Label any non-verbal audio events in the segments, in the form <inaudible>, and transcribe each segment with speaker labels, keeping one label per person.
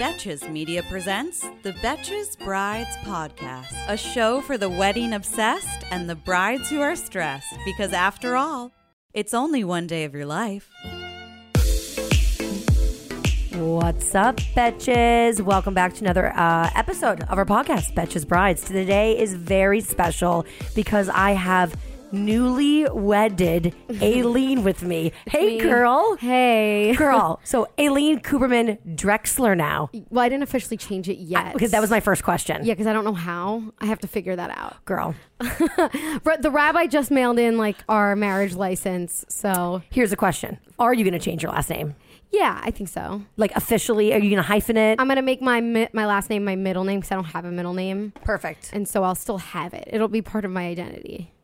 Speaker 1: Betches Media presents the Betches Brides Podcast, a show for the wedding obsessed and the brides who are stressed, because after all, it's only one day of your life.
Speaker 2: What's up, Betches? Welcome back to another uh, episode of our podcast, Betches Brides. Today is very special because I have newly
Speaker 3: <laughs>
Speaker 2: wedded Aileen with me. Hey,
Speaker 3: me.
Speaker 2: girl.
Speaker 3: Hey.
Speaker 2: <laughs> Girl. So, Aileen Cooperman Drexler now.
Speaker 3: Well, I didn't officially change it yet.
Speaker 2: Because Uh, that was my first question.
Speaker 3: Yeah, because I don't know how. I have to figure that out.
Speaker 2: Girl.
Speaker 3: Ra- the rabbi just mailed in like our marriage license. So,
Speaker 2: Here's a question Are you going to change your last name?
Speaker 3: yeah, I think so.
Speaker 2: Like, officially, are you going to hyphen it?
Speaker 3: I'm going to make my mi- my last name my middle name because I don't have a middle name.
Speaker 2: Perfect.
Speaker 3: And so I'll still have it. It'll be part of my identity.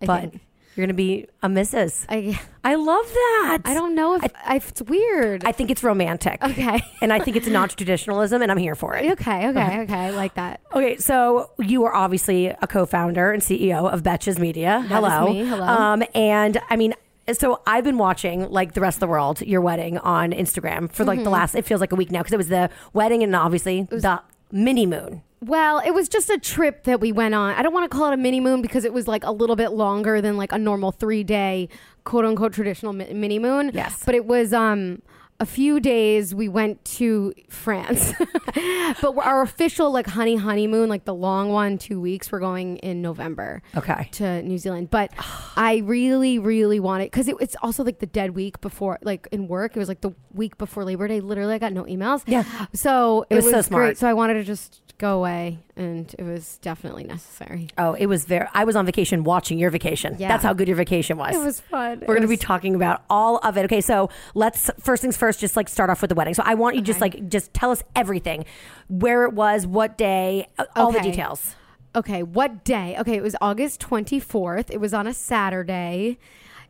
Speaker 3: I
Speaker 2: but
Speaker 3: think.
Speaker 2: you're going to be a Mrs.
Speaker 3: I,
Speaker 2: I love that.
Speaker 3: I don't know if I, it's weird.
Speaker 2: I think it's romantic.
Speaker 3: Okay.
Speaker 2: and I think it's not traditionalism, and I'm here for it.
Speaker 3: okay, okay, okay. I like that.
Speaker 2: Okay, so you are obviously a co-founder and CEO of Betches Media. Hello,
Speaker 3: me. Hello.
Speaker 2: Um, and I mean, so I've been watching like the rest of the world your wedding on Instagram for
Speaker 3: Mm-hmm.
Speaker 2: like the last. It feels like a week now because it was the wedding and obviously the mini moon.
Speaker 3: Well, it was just a trip that we went on. I don't want to call it a mini moon because it was like a little bit longer than like a normal three day quote unquote traditional mi- mini moon.
Speaker 2: Yes.
Speaker 3: But it was um a few days we went to France. <laughs> but we're- our official like honey honeymoon, like the long one, two weeks, we're going in November
Speaker 2: Okay.
Speaker 3: to New Zealand. But I really, really wanted because it, it's also like the dead week before, like in work. It was like the week before Labor Day. Literally, I got no emails.
Speaker 2: Yeah.
Speaker 3: So it,
Speaker 2: was
Speaker 3: was,
Speaker 2: so smart.
Speaker 3: great. So I wanted to just go away, and it was definitely necessary.
Speaker 2: Oh, it was very. I was on vacation watching your vacation.
Speaker 3: Yeah.
Speaker 2: That's how good your vacation was.
Speaker 3: It was fun.
Speaker 2: We're
Speaker 3: It
Speaker 2: going to be
Speaker 3: was-
Speaker 2: talking about all of it. Okay, so let's first things first. Just like start off with the wedding. So I want you just like just tell us everything, where it was, what day, uh, all the
Speaker 3: Okay.
Speaker 2: details.
Speaker 3: Okay, what day? Okay, it was August 24th. It was on a Saturday.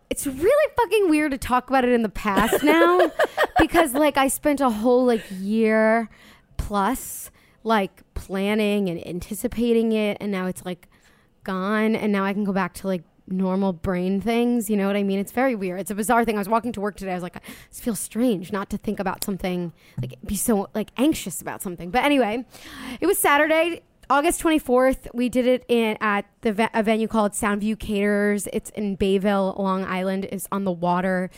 Speaker 3: It's really fucking weird to talk about it in the past now because like I spent a whole like year plus like planning and anticipating it and now it's like gone and now I can go back to like normal brain things, you know what I mean? It's very weird. It's a bizarre thing. I was walking to work today. I was like, it feels strange not to think about something, like be so like anxious about something. But anyway, it was Saturday, August 24th. We did it in at the ve- a venue called Soundview Caterers. It's in Bayville, Long Island. It's on the water.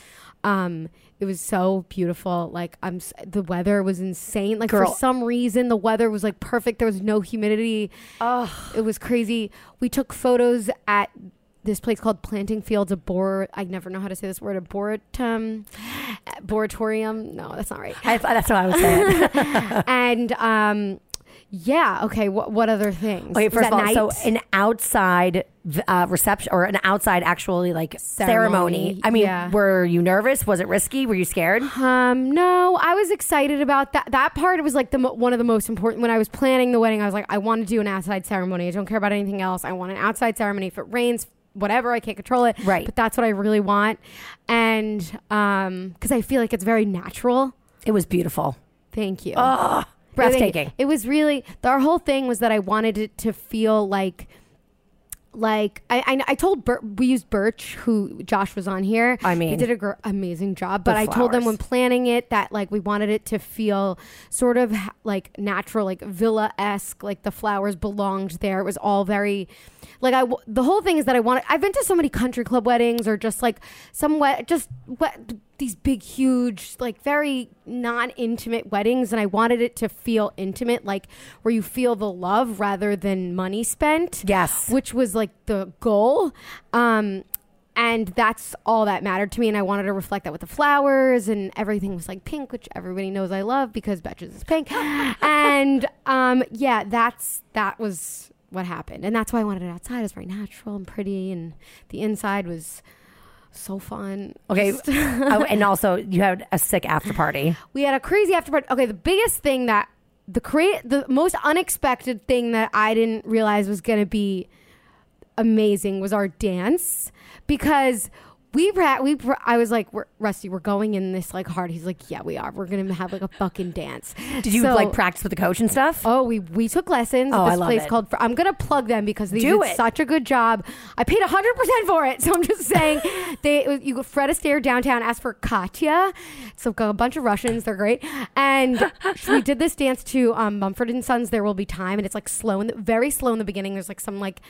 Speaker 3: Um it was so beautiful. Like I'm s- the weather was insane. Like
Speaker 2: Girl.
Speaker 3: for some reason the weather was like perfect. There was no humidity. It was crazy. We took photos at this place called Planting Fields Abor. I never know how to say this word. Aboratum, boratorium. No, that's
Speaker 2: <laughs>
Speaker 3: not right.
Speaker 2: I, that's how I would
Speaker 3: <laughs>
Speaker 2: say it.
Speaker 3: and um, yeah. Okay. What what other things?
Speaker 2: Okay,
Speaker 3: Was
Speaker 2: first of all,
Speaker 3: that
Speaker 2: so
Speaker 3: night?
Speaker 2: an outside uh, reception or an outside actually like ceremony.
Speaker 3: Ceremony,
Speaker 2: I mean,
Speaker 3: yeah.
Speaker 2: were you nervous? Was it risky? Were you
Speaker 3: <gasps>
Speaker 2: scared?
Speaker 3: Um, no, I was excited about that. That part was like the mo- one of the most important. When I was planning the wedding, I was like, I want to do an outside ceremony. I don't care about anything else. I want an outside ceremony. If it rains, whatever, I can't control it.
Speaker 2: Right.
Speaker 3: But that's what I really want, and um, because I feel like it's very natural.
Speaker 2: It was beautiful,
Speaker 3: Thank you.
Speaker 2: Oh,
Speaker 3: Really,
Speaker 2: breathtaking.
Speaker 3: It was really our whole thing was that I wanted it to feel like. Like I, I, I told Bir- we used Birch, who Josh was on here.
Speaker 2: I mean,
Speaker 3: he did a gr- amazing job. But
Speaker 2: the
Speaker 3: I told them
Speaker 2: flowers.
Speaker 3: when planning it that like we wanted it to feel sort of ha- like natural, like villa esque. Like the flowers belonged there. It was all very like I. W- the whole thing is that I wanted. I've been to so many country club weddings or just like some wet, just wet, these big, huge, like very non intimate weddings, and I wanted it to feel intimate, like where you feel the love rather than money spent
Speaker 2: Yes.
Speaker 3: which was like the goal. Um, and that's all that mattered to me. And I wanted to reflect that with the flowers and everything was like pink, which everybody knows I love because Betches is
Speaker 2: <laughs>
Speaker 3: pink. and um, yeah, that's that was what happened. And that's why I wanted it outside. It's very natural and pretty. And the inside was so fun.
Speaker 2: Okay.
Speaker 3: Just- <laughs>
Speaker 2: oh, and also you had a sick after party.
Speaker 3: we had a crazy after party. Okay, the biggest thing that the cra- the most unexpected thing that I didn't realize was going to be amazing was our dance because we pra- we pra- I was like we're, Rusty we're going in this like hard he's like yeah we are we're gonna have like a fucking dance
Speaker 2: Did you
Speaker 3: <laughs> So-
Speaker 2: like practice with the coach and stuff?
Speaker 3: Oh, we we took lessons
Speaker 2: Oh,
Speaker 3: at
Speaker 2: I
Speaker 3: this
Speaker 2: love
Speaker 3: place
Speaker 2: it.
Speaker 3: called. I'm gonna plug them because they
Speaker 2: Do
Speaker 3: did
Speaker 2: it.
Speaker 3: such a good job. I paid 100 percent for it, <laughs> so I'm
Speaker 2: <laughs>
Speaker 3: just saying they. it was- You go Fred Astaire downtown. Ask for Katya. So got a bunch of Russians. They're great,
Speaker 2: <laughs>
Speaker 3: and we did this dance to um, Mumford and Sons. There will be time, and it's like slow and very slow in the beginning. There's like some like.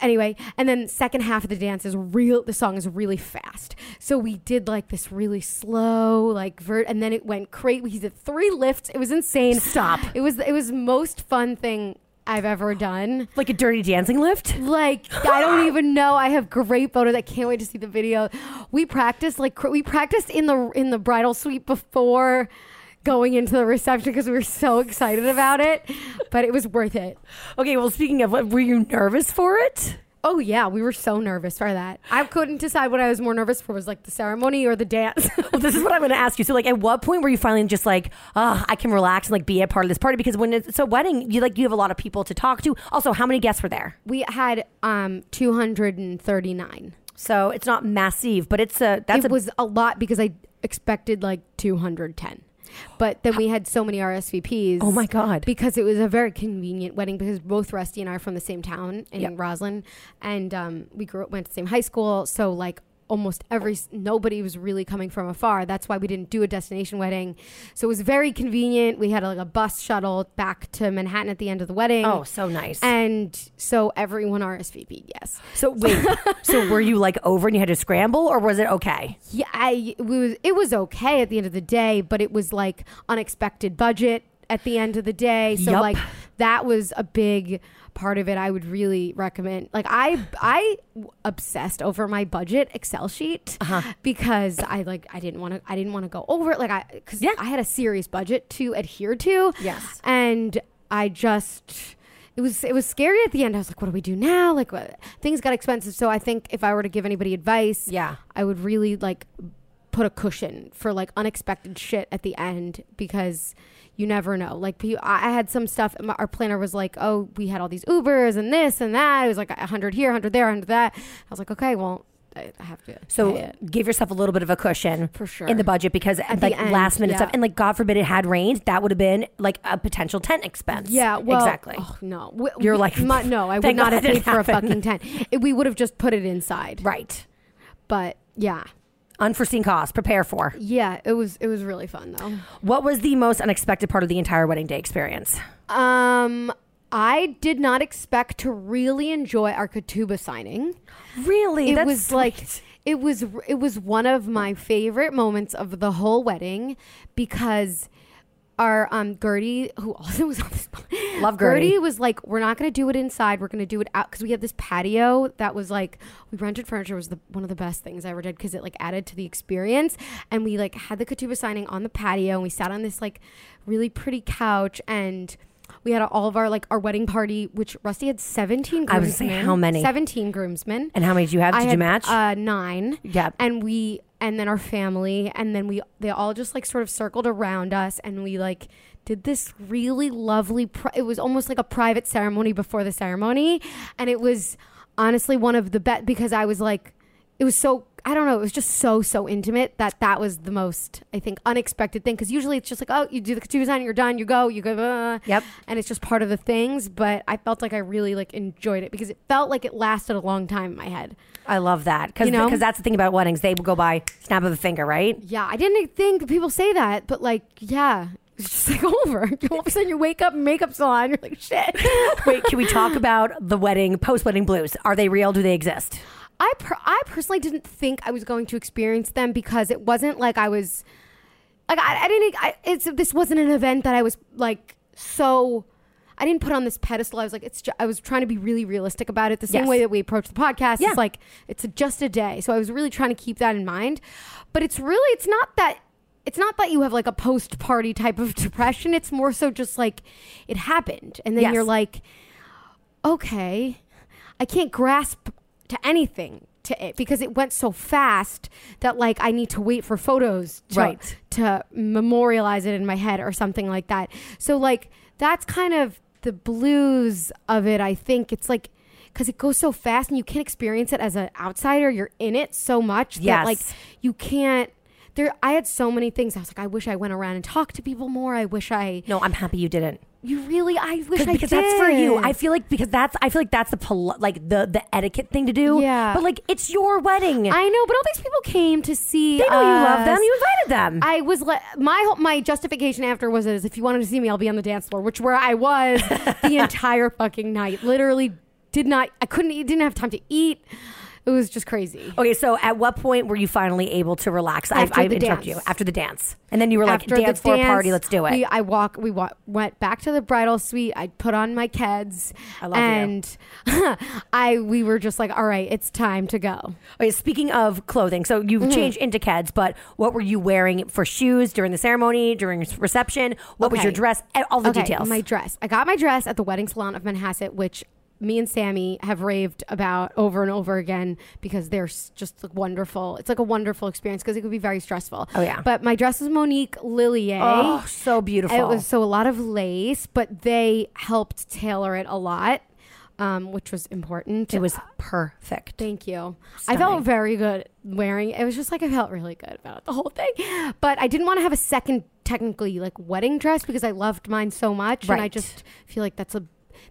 Speaker 3: Anyway, and then second half of the dance is real. The song is really fast, so we did like this really slow, like vert, and then it went crazy. We did three lifts. It was insane.
Speaker 2: Stop.
Speaker 3: It was it was most fun thing I've ever done.
Speaker 2: Like a dirty dancing lift?
Speaker 3: Like I don't even know. I have great photos. I can't wait to see the video. We practiced like cr- we practiced in the in the bridal suite before going into the reception because we were so excited about it. But it was worth it.
Speaker 2: Okay, well, speaking of, what, were you nervous for it? <laughs>
Speaker 3: Oh yeah, we were so nervous for that. I couldn't decide what I was more nervous for was like the ceremony or the dance. <laughs>
Speaker 2: Well, this is what I'm going to ask you. So, like, at what point were you finally just like, ah, I can relax and like be a part of this party? Because when it's a wedding, you like you have a lot of people to talk to. Also, how many guests were there?
Speaker 3: we had um 239.
Speaker 2: So it's not massive, but it's a that's
Speaker 3: it
Speaker 2: a
Speaker 3: was a lot because I expected like 210. But then we had so many RSVPs.
Speaker 2: Oh my God.
Speaker 3: Because it was a very convenient wedding because both Rusty and I are from the same town in Roslyn, and um, we grew up went to the same high school. So like almost every s- nobody was really coming from afar. That's why we didn't do a destination wedding. So it was very convenient. We had like a bus shuttle back to Manhattan at the end of the wedding.
Speaker 2: oh so nice.
Speaker 3: And so everyone RSVP'd. Yes.
Speaker 2: so
Speaker 3: <laughs>
Speaker 2: wait, so were you like over and you had to scramble, or was it okay?
Speaker 3: Yeah, I it was it was okay at the end of the day, but it was like unexpected budget at the end of the day. So
Speaker 2: Yup.
Speaker 3: like that was a big part of it. I would really recommend. Like I I obsessed over my budget Excel sheet
Speaker 2: Uh-huh.
Speaker 3: because I like I didn't want to I didn't want to go over it. Like I because
Speaker 2: Yeah.
Speaker 3: I had a serious budget to adhere to.
Speaker 2: Yes.
Speaker 3: and I just. It was it was scary at the end. I was like, "What do we do now?" Like, what, things got expensive. So I think if I were to give anybody advice,
Speaker 2: Yeah.
Speaker 3: I would really like put a cushion for like unexpected shit at the end because you never know. Like pe- I I had some stuff. my- Our planner was like, "Oh, we had all these Ubers and this and that." It was like a hundred here, a hundred there, a hundred that. I was like, "Okay, well, I I have to."
Speaker 2: So
Speaker 3: pay it."
Speaker 2: give yourself a little bit of a cushion
Speaker 3: For sure.
Speaker 2: in the budget because
Speaker 3: At the
Speaker 2: like
Speaker 3: end,
Speaker 2: last minute
Speaker 3: yeah.
Speaker 2: stuff and like God forbid it had rained, that would have been like a potential tent expense.
Speaker 3: Yeah, well,
Speaker 2: exactly.
Speaker 3: Oh, no, W-
Speaker 2: You're
Speaker 3: we-
Speaker 2: like,
Speaker 3: my-
Speaker 2: <laughs>
Speaker 3: no, I would
Speaker 2: thank
Speaker 3: not
Speaker 2: God
Speaker 3: have
Speaker 2: it
Speaker 3: paid for a
Speaker 2: happened.
Speaker 3: fucking tent. It- we would have just put it inside.
Speaker 2: Right.
Speaker 3: But yeah,
Speaker 2: Unforeseen costs. Prepare for.
Speaker 3: yeah, it was it was really fun though.
Speaker 2: What was the most unexpected part of the entire wedding day experience?
Speaker 3: Um, I did not expect to really enjoy our Katuba signing.
Speaker 2: Really,
Speaker 3: It was like it was it was one of my favorite moments of the whole wedding because our um Gertie who also was on this
Speaker 2: Love Gertie.
Speaker 3: was like we're not going to do it inside we're going to do it out cuz we had this patio that was like we rented furniture was the one of the best things I ever did cuz it like added to the experience and we like had the Katuba signing on the patio and we sat on this like really pretty couch and we had all of our like our wedding party which Rusty had 17 groomsmen
Speaker 2: I was gonna say, how many?
Speaker 3: 17 groomsmen
Speaker 2: and how many did you have? Did
Speaker 3: I
Speaker 2: you
Speaker 3: had,
Speaker 2: match?
Speaker 3: Uh, nine.
Speaker 2: Yep.
Speaker 3: And we, and then our family, and then we, they all just like sort of circled around us, and we like did this really lovely. Pri- it was almost like a private ceremony before the ceremony, and it was honestly one of the best because I was like, it was so. I don't know. It was just so so intimate that that was the most I think unexpected thing because usually it's just like oh you do the katuba sign you're done you go you go uh,
Speaker 2: Yep.
Speaker 3: and it's just part of the things but I felt like I really like enjoyed it because it felt like it lasted a long time in my head
Speaker 2: I love that because
Speaker 3: you know?
Speaker 2: because that's the thing about weddings. They will go by snap of a finger, right?
Speaker 3: Yeah, I didn't think that people say that, but like, yeah, it's just like <laughs> over. All of a sudden, you wake up, makeup's on, you're like, shit. <laughs>
Speaker 2: Wait, can we talk about the wedding post wedding blues? Are they real? Do they exist?
Speaker 3: I per- I personally didn't think I was going to experience them because it wasn't like I was, like I, I didn't. e, I, it's this wasn't an event that I was like so. I didn't put on this pedestal. I was like, it's. Ju- I was trying to be really realistic about it. The same
Speaker 2: Yes.
Speaker 3: way that we approach the podcast
Speaker 2: Yeah.
Speaker 3: is like it's just a day. So I was really trying to keep that in mind. But it's really, it's not that. It's not that you have like a post party type of <laughs> depression. It's more so just like it happened, and then
Speaker 2: Yes.
Speaker 3: you're like, okay, I can't grasp to anything to it because it went so fast that like I need to wait for photos to,
Speaker 2: Right.
Speaker 3: to memorialize it in my head or something like that. So like that's kind of the blues of it. I think it's like because it goes so fast and you can't experience it as an outsider. You're in it so much
Speaker 2: Yes.
Speaker 3: that like you can't. There, I had so many things. I was like, I wish I went around and talked to people more. I wish I.
Speaker 2: No, I'm happy you didn't.
Speaker 3: You really, I wish I
Speaker 2: Because,
Speaker 3: did.
Speaker 2: because that's for you. I feel like because that's I feel like that's the pol- like the the etiquette thing to do.
Speaker 3: Yeah.
Speaker 2: But like it's your wedding.
Speaker 3: I know, but all these people came to see.
Speaker 2: they know you love
Speaker 3: us.
Speaker 2: them. You invited them.
Speaker 3: I was le- my ho- my justification after was is if you wanted to see me, I'll be on the dance floor, which where
Speaker 2: <laughs>
Speaker 3: I was the entire fucking night. Literally, did not. I couldn't. eat Didn't have time to eat. It was just crazy.
Speaker 2: okay, so at what point were you finally able to relax?
Speaker 3: After
Speaker 2: I, I
Speaker 3: the
Speaker 2: interrupt
Speaker 3: dance.
Speaker 2: you after the dance, and then you were like
Speaker 3: After
Speaker 2: dance
Speaker 3: the
Speaker 2: for a
Speaker 3: dance,
Speaker 2: party. Let's do it.
Speaker 3: We, I walk. We wa- went back to the bridal suite. I put on my keds. I
Speaker 2: love you.
Speaker 3: and <laughs> I we were just like, all right, it's time to go.
Speaker 2: Okay, speaking of clothing, so you've
Speaker 3: Mm-hmm.
Speaker 2: changed into Keds, but what were you wearing for shoes during the ceremony, during reception? What was
Speaker 3: Okay.
Speaker 2: your dress? And All the
Speaker 3: okay,
Speaker 2: details.
Speaker 3: My dress. I got my dress at the wedding salon of Manhasset, which me and Sammy have raved about over and over again because they're s- just wonderful. It's like a wonderful experience because it could be very stressful.
Speaker 2: Oh, yeah.
Speaker 3: But my dress was Monique Lillier.
Speaker 2: oh, so beautiful.
Speaker 3: It was so a lot of lace, but they helped tailor it a lot, um, which was important.
Speaker 2: it was perfect.
Speaker 3: Thank you. I
Speaker 2: Stunning.
Speaker 3: felt very good wearing it. It was just like I felt really good about the whole thing. But I didn't want to have a second technically like wedding dress because I loved mine so much and I
Speaker 2: Right.
Speaker 3: just feel like that's a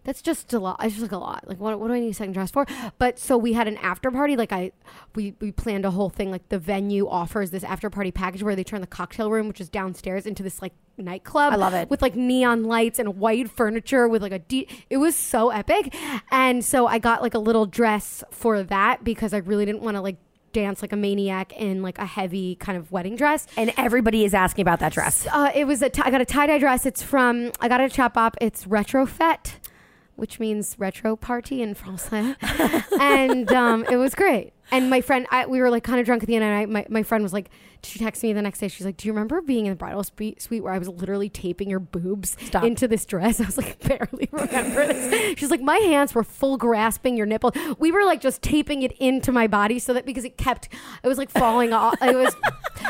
Speaker 3: that's just a lot. It's just like a lot. Like what, what do I need a second dress for? But so we had an after party like I we we planned a whole thing like the venue offers this after party package where they turn the cocktail room which is downstairs into this like nightclub
Speaker 2: I love it.
Speaker 3: with like neon lights and white furniture with like a de- it was so epic and so i got like a little dress for that because i really didn't want to like dance like a maniac in like a heavy kind of wedding dress
Speaker 2: And everybody is asking about that dress.
Speaker 3: uh, it was a t- i got a tie-dye dress it's from i got it at chop up it's retrofet which means retro party in français <laughs> and um, it was great and my friend, I, we were like kind of drunk at the end, and I, my, my friend was like, she texted me the next day. She's like, "Do you remember being in the bridal spe- suite where I was literally taping your boobs
Speaker 2: Stop.
Speaker 3: into this dress?" <laughs> I was like, "Barely remember this." She's like, "My hands were full grasping your nipple. We were like just taping it into my body so that because it kept, it was like falling off. It was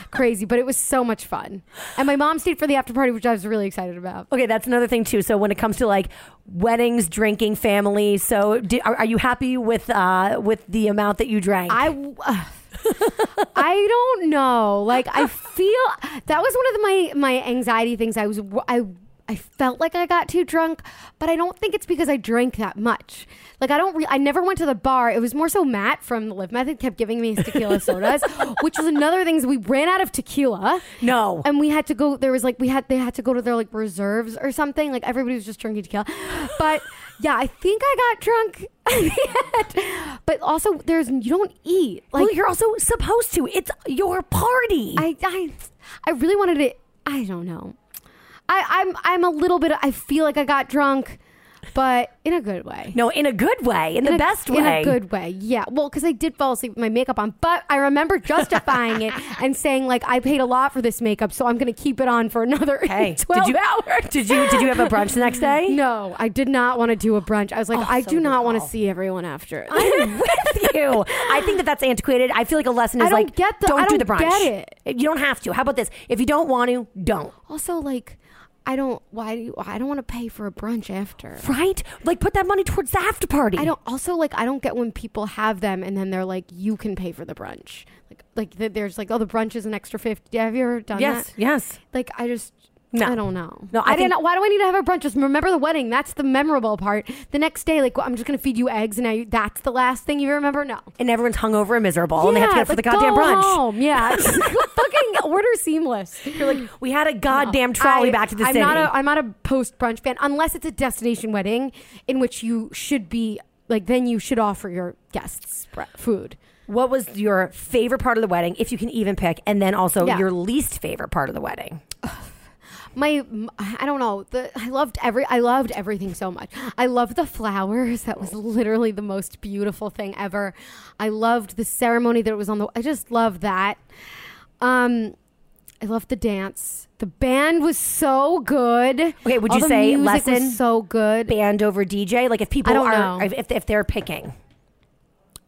Speaker 3: crazy, but it was so much fun. And my mom stayed for the after party, which I was really excited about.
Speaker 2: Okay, that's another thing too. So when it comes to like weddings, drinking, family, so do, are, are you happy with uh, with the amount that you drank?
Speaker 3: I w- <sighs> ugh. I don't know. Like I feel that was one of the, my my anxiety things. I was I I felt like I got too drunk, but I don't think it's because I drank that much. Like I don't re- I never went to the bar. It was more so Matt from the Live Method kept giving me his tequila sodas, which was another thing. Is we ran out of tequila.
Speaker 2: no.
Speaker 3: And we had to go. There was like we had they had to go to their like reserves or something. Like everybody was just drinking tequila, but <laughs> yeah, I think I got drunk. <laughs> at the end. but also, there's you don't eat like
Speaker 2: well, you're also supposed to. It's your party.
Speaker 3: I I I really wanted to. I don't know. I I'm I'm a little bit. I feel like I got drunk, but in a good way.
Speaker 2: no, in a good way, in, the
Speaker 3: In a-
Speaker 2: best way.
Speaker 3: In a good way, yeah. Well, because I did fall asleep with my makeup on, but I remember
Speaker 2: <laughs>
Speaker 3: justifying it and saying like I paid a lot for this makeup, so I'm going to keep it on for another
Speaker 2: <laughs>
Speaker 3: <laughs>
Speaker 2: Hey, did
Speaker 3: 12
Speaker 2: you
Speaker 3: hours.
Speaker 2: Did you did you have a brunch the next day?
Speaker 3: No, I did not want to do a brunch. I was like, I
Speaker 2: so
Speaker 3: do
Speaker 2: good
Speaker 3: not want to
Speaker 2: call.
Speaker 3: see everyone after. it.
Speaker 2: <laughs>
Speaker 3: <laughs>
Speaker 2: I'm with you. I think that that's antiquated. I feel like a lesson is
Speaker 3: I don't
Speaker 2: like
Speaker 3: get the-
Speaker 2: don't
Speaker 3: I
Speaker 2: do the
Speaker 3: don't
Speaker 2: brunch.
Speaker 3: get
Speaker 2: You don't have to. How about this? If you don't want to, don't.
Speaker 3: also, like, I don't. Why do you, I don't want to pay for a brunch after?
Speaker 2: Right? Like put that money towards the after party.
Speaker 3: I don't. Also, like, I don't get when people have them and then they're like, you can pay for the brunch. Like, like th- there's like, oh, the brunch is an extra fifty. Have you ever done
Speaker 2: Yes.
Speaker 3: that?
Speaker 2: Yes.
Speaker 3: Like, I just.
Speaker 2: No.
Speaker 3: I don't know.
Speaker 2: No, I think-
Speaker 3: didn't. Why do I need to have a brunch? Just remember the wedding. That's the memorable part. The next day, like, I'm just gonna feed you eggs, and now you, that's the last thing you remember. No,
Speaker 2: And everyone's hungover and miserable, and they have to get
Speaker 3: Yeah,
Speaker 2: up for the
Speaker 3: like,
Speaker 2: goddamn
Speaker 3: go
Speaker 2: brunch. <laughs>
Speaker 3: Home. Yeah, Just fucking order seamless.
Speaker 2: You're like, we had a goddamn trolley
Speaker 3: I-
Speaker 2: back to the
Speaker 3: I'm
Speaker 2: city.
Speaker 3: Not a, I'm not a post brunch fan unless it's a destination wedding in which you should be like. Then you should offer your guests br- food.
Speaker 2: what was your favorite part of the wedding, if you can even pick, and then also
Speaker 3: Yeah.
Speaker 2: your least favorite part of the wedding?
Speaker 3: My, m- I don't know. The I loved every. I loved everything so much. I loved the flowers. That was literally the most beautiful thing ever. I loved the ceremony that was on the. I just loved that. Um. I loved the dance. The band was so good.
Speaker 2: Okay, would
Speaker 3: All
Speaker 2: you
Speaker 3: the
Speaker 2: say
Speaker 3: music was
Speaker 2: lesson?
Speaker 3: so good?
Speaker 2: Band over DJ, like if people
Speaker 3: I don't
Speaker 2: are
Speaker 3: know.
Speaker 2: if, if they're picking.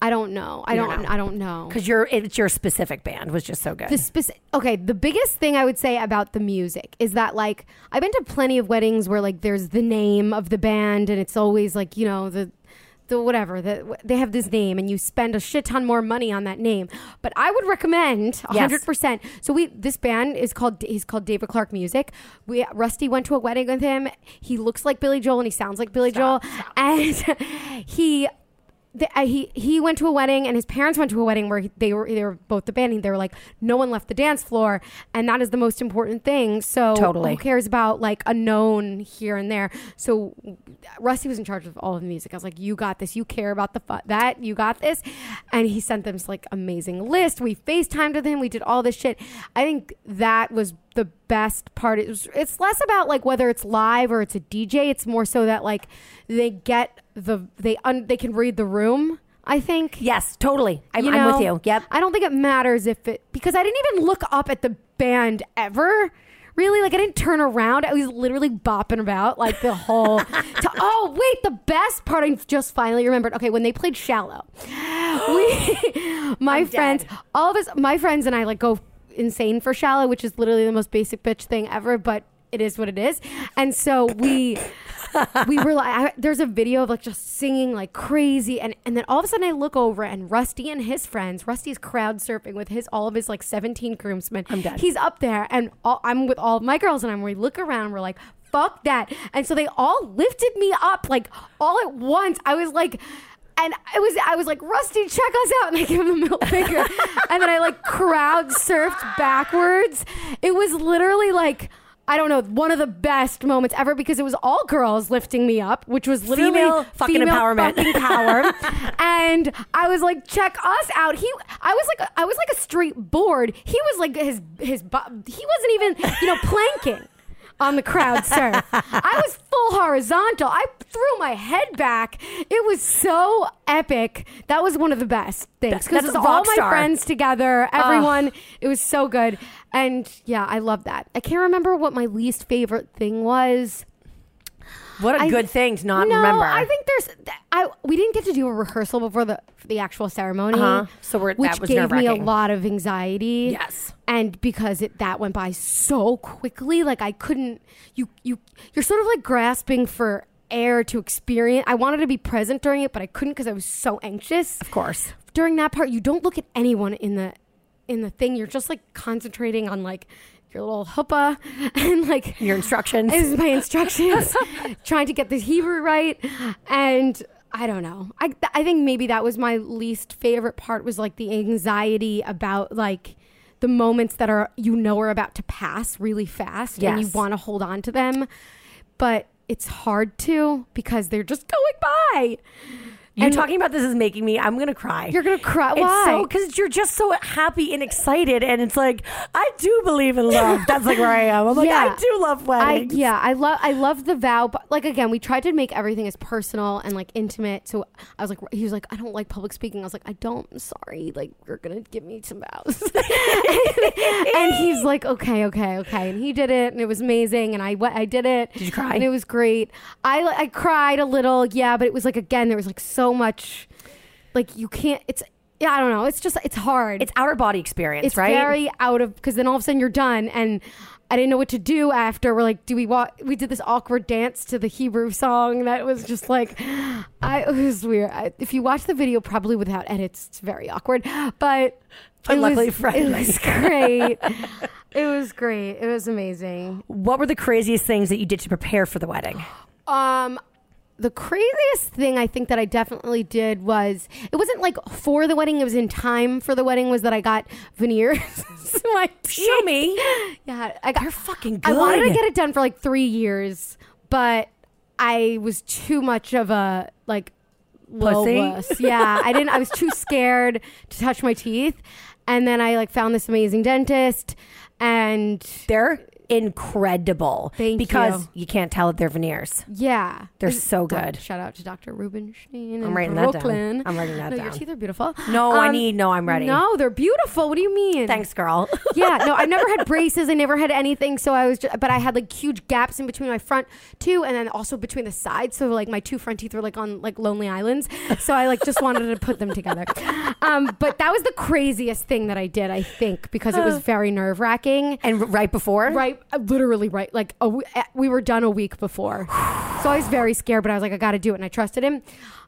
Speaker 3: I don't know. I don't. I don't know.
Speaker 2: Because your it's your specific band was just so good.
Speaker 3: The specific, okay, the biggest thing I would say about the music is that like I've been to plenty of weddings where like there's the name of the band and it's always like you know the the whatever the, they have this name and you spend a shit ton more money on that name. But I would recommend
Speaker 2: Yes.
Speaker 3: 100. percent So we this band is called he's called David Clark Music. We Rusty went to a wedding with him. He looks like Billy Joel and he sounds like Billy Joel and <laughs> he the, uh, he he went to a wedding and his parents went to a wedding where he- they were they were both the band and they were like no one left the dance floor and that is the most important thing so
Speaker 2: Totally.
Speaker 3: who cares about like a known here and there so Rusty was in charge of all of the music I was like you got this you care about the fu- that you got this and he sent them this like amazing list we FaceTimed with him we did all this shit I think that was the best part it was, it's less about like whether it's live or it's a DJ it's more so that like they get the they un, they can read the room. I think.
Speaker 2: yes, totally. I'm,
Speaker 3: You
Speaker 2: I'm with
Speaker 3: know?
Speaker 2: you. Yep.
Speaker 3: I don't think it matters if it because I didn't even look up at the band ever. Really, like I didn't turn around. I was literally bopping about like
Speaker 2: <laughs>
Speaker 3: the whole. to, oh wait, the best part I just finally remembered. Okay, when they
Speaker 2: <gasps>
Speaker 3: played "Shallow," we, my friends,
Speaker 2: dead.
Speaker 3: all of us, my friends and I, like go insane for "Shallow," which is literally the most basic bitch thing ever, but it is what it is. And so we, we were like, I, there's a video of like just singing like crazy, and and then all of a sudden I look over and Rusty and his friends, Rusty's crowd surfing with his all of his like 17 groomsmen. I'm
Speaker 2: dead.
Speaker 3: He's up there, and all, I'm with all of my girls, and I'm we look around, and we're like. Fuck that. And so they all lifted me up like all at once. I was like, and I was I was like, Rusty, check us out, and I give him a middle finger, <laughs> and then I like crowd surfed backwards. It was literally like. I don't know, one of the best moments ever because it was all girls lifting me up, which was literally
Speaker 2: Female fucking empowerment.
Speaker 3: fucking
Speaker 2: <laughs>
Speaker 3: power. and I was like, "Check us out." He, I was like, I was like a street board. He was like his his bu- he wasn't even you know planking. On the crowd surf. I was full horizontal. I threw my head back. It was so epic. That was one of the best things.
Speaker 2: That-
Speaker 3: Because
Speaker 2: that's
Speaker 3: all my
Speaker 2: rock star.
Speaker 3: friends together, everyone. It was so good. And yeah, I love that. I can't remember what my least favorite thing was.
Speaker 2: What a
Speaker 3: I-
Speaker 2: good thing to not
Speaker 3: no,
Speaker 2: remember.
Speaker 3: I think there's. th- I we didn't get to do a rehearsal before the the actual ceremony,
Speaker 2: Uh-huh. So we're-
Speaker 3: which
Speaker 2: that was
Speaker 3: gave me a
Speaker 2: nerve-wracking.
Speaker 3: lot of anxiety.
Speaker 2: Yes.
Speaker 3: and because it that went by so quickly, like I couldn't. You you you're sort of like grasping for air to experience. I wanted to be present during it, but I couldn't because I was so anxious.
Speaker 2: of course.
Speaker 3: During that part, you don't look at anyone in the in the thing. You're just like concentrating on like your little hoopah <laughs> and like
Speaker 2: Your instructions.
Speaker 3: this is my instructions
Speaker 2: <laughs>
Speaker 3: trying to get the hebrew right and i don't know I, th- I think maybe that was my least favorite part was like the anxiety about like the moments that are you know are about to pass really fast and you
Speaker 2: Yes.
Speaker 3: want to hold on to them but it's hard to because they're just going by
Speaker 2: you
Speaker 3: and-
Speaker 2: talking about this is making me. I'm gonna cry.
Speaker 3: you're gonna cry
Speaker 2: It's
Speaker 3: why
Speaker 2: so because you're just so happy and excited, and it's like I do believe in love. That's like where I am. I'm like I do love
Speaker 3: I,
Speaker 2: weddings.
Speaker 3: yeah, I love I love the vow. But like again, we tried to make everything as personal and like intimate. So I was like, he was like, I don't like public speaking. I was like, I don't. I'm sorry. Like you're gonna give me some vows. <laughs> and he's like, okay, okay, okay. And he did it, and it was amazing. And I went, I did it. Did
Speaker 2: you cry?
Speaker 3: And it was great. I I cried a little, yeah, but it was like again, there was like so much, like you can't. It's yeah, I don't know. It's just it's hard
Speaker 2: It's outer body experience,
Speaker 3: it's
Speaker 2: right?
Speaker 3: very out of because then all of a sudden you're done and I didn't know what to do after. We're like, do we walk? We did this awkward dance to the Hebrew song that was just like, I it was weird. I, if you watch the video, probably without edits, it's very awkward. But,
Speaker 2: But
Speaker 3: it
Speaker 2: luckily
Speaker 3: was,
Speaker 2: Friday
Speaker 3: it
Speaker 2: night.
Speaker 3: was great.
Speaker 2: <laughs>
Speaker 3: it was great. It was amazing.
Speaker 2: what were the craziest things that you did to prepare for the
Speaker 3: <gasps>
Speaker 2: wedding?
Speaker 3: Um, the craziest thing I think that I definitely did was it wasn't like for the wedding; it was in time for the wedding. Was that I got veneers? <laughs> to my
Speaker 2: Show
Speaker 3: teeth.
Speaker 2: me.
Speaker 3: <laughs> Yeah, I got.
Speaker 2: You're fucking
Speaker 3: I wanted to
Speaker 2: good.
Speaker 3: get it done for like three years, but I was too much of a like low
Speaker 2: Pussy?
Speaker 3: wuss. Yeah, I didn't. I
Speaker 2: <laughs>
Speaker 3: was too scared
Speaker 2: <laughs>
Speaker 3: to touch my teeth, and then I like found this amazing dentist, and
Speaker 2: There, incredible.
Speaker 3: Thank
Speaker 2: because
Speaker 3: you.
Speaker 2: you can't tell that they're veneers.
Speaker 3: Yeah.
Speaker 2: They're
Speaker 3: Is-
Speaker 2: so
Speaker 3: doc-
Speaker 2: good.
Speaker 3: Shout out to Dr. Rubenstein.
Speaker 2: I'm
Speaker 3: in
Speaker 2: writing that down.
Speaker 3: Brooklyn.
Speaker 2: I'm writing that
Speaker 3: no, Your
Speaker 2: down.
Speaker 3: teeth are beautiful. Um,
Speaker 2: No, I need- no, I'm ready.
Speaker 3: No, they're beautiful. What do you mean?
Speaker 2: Thanks, girl.
Speaker 3: <laughs> yeah, no, I've never had braces. I never had anything. So I was, just, but I had like huge gaps in between my front two and then also between the sides. So like my two front teeth were like on like lonely islands. So I like just wanted to put them together. <laughs> Um, but that was the craziest thing that I did, I think, because it was very nerve wracking.
Speaker 2: <laughs> and r- right before,
Speaker 3: Right, uh, literally right. Like a w- uh, we were done a week before, so I was very scared. But I was like, I got to do it, and I trusted him.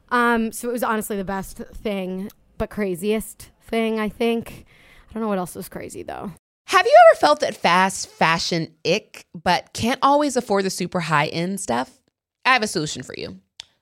Speaker 3: Um, so it was honestly the best thing, but craziest thing I think. I don't know what else was crazy though.
Speaker 4: Have you ever felt that fast fashion ick, but can't always afford the super high end stuff? I have a solution for you.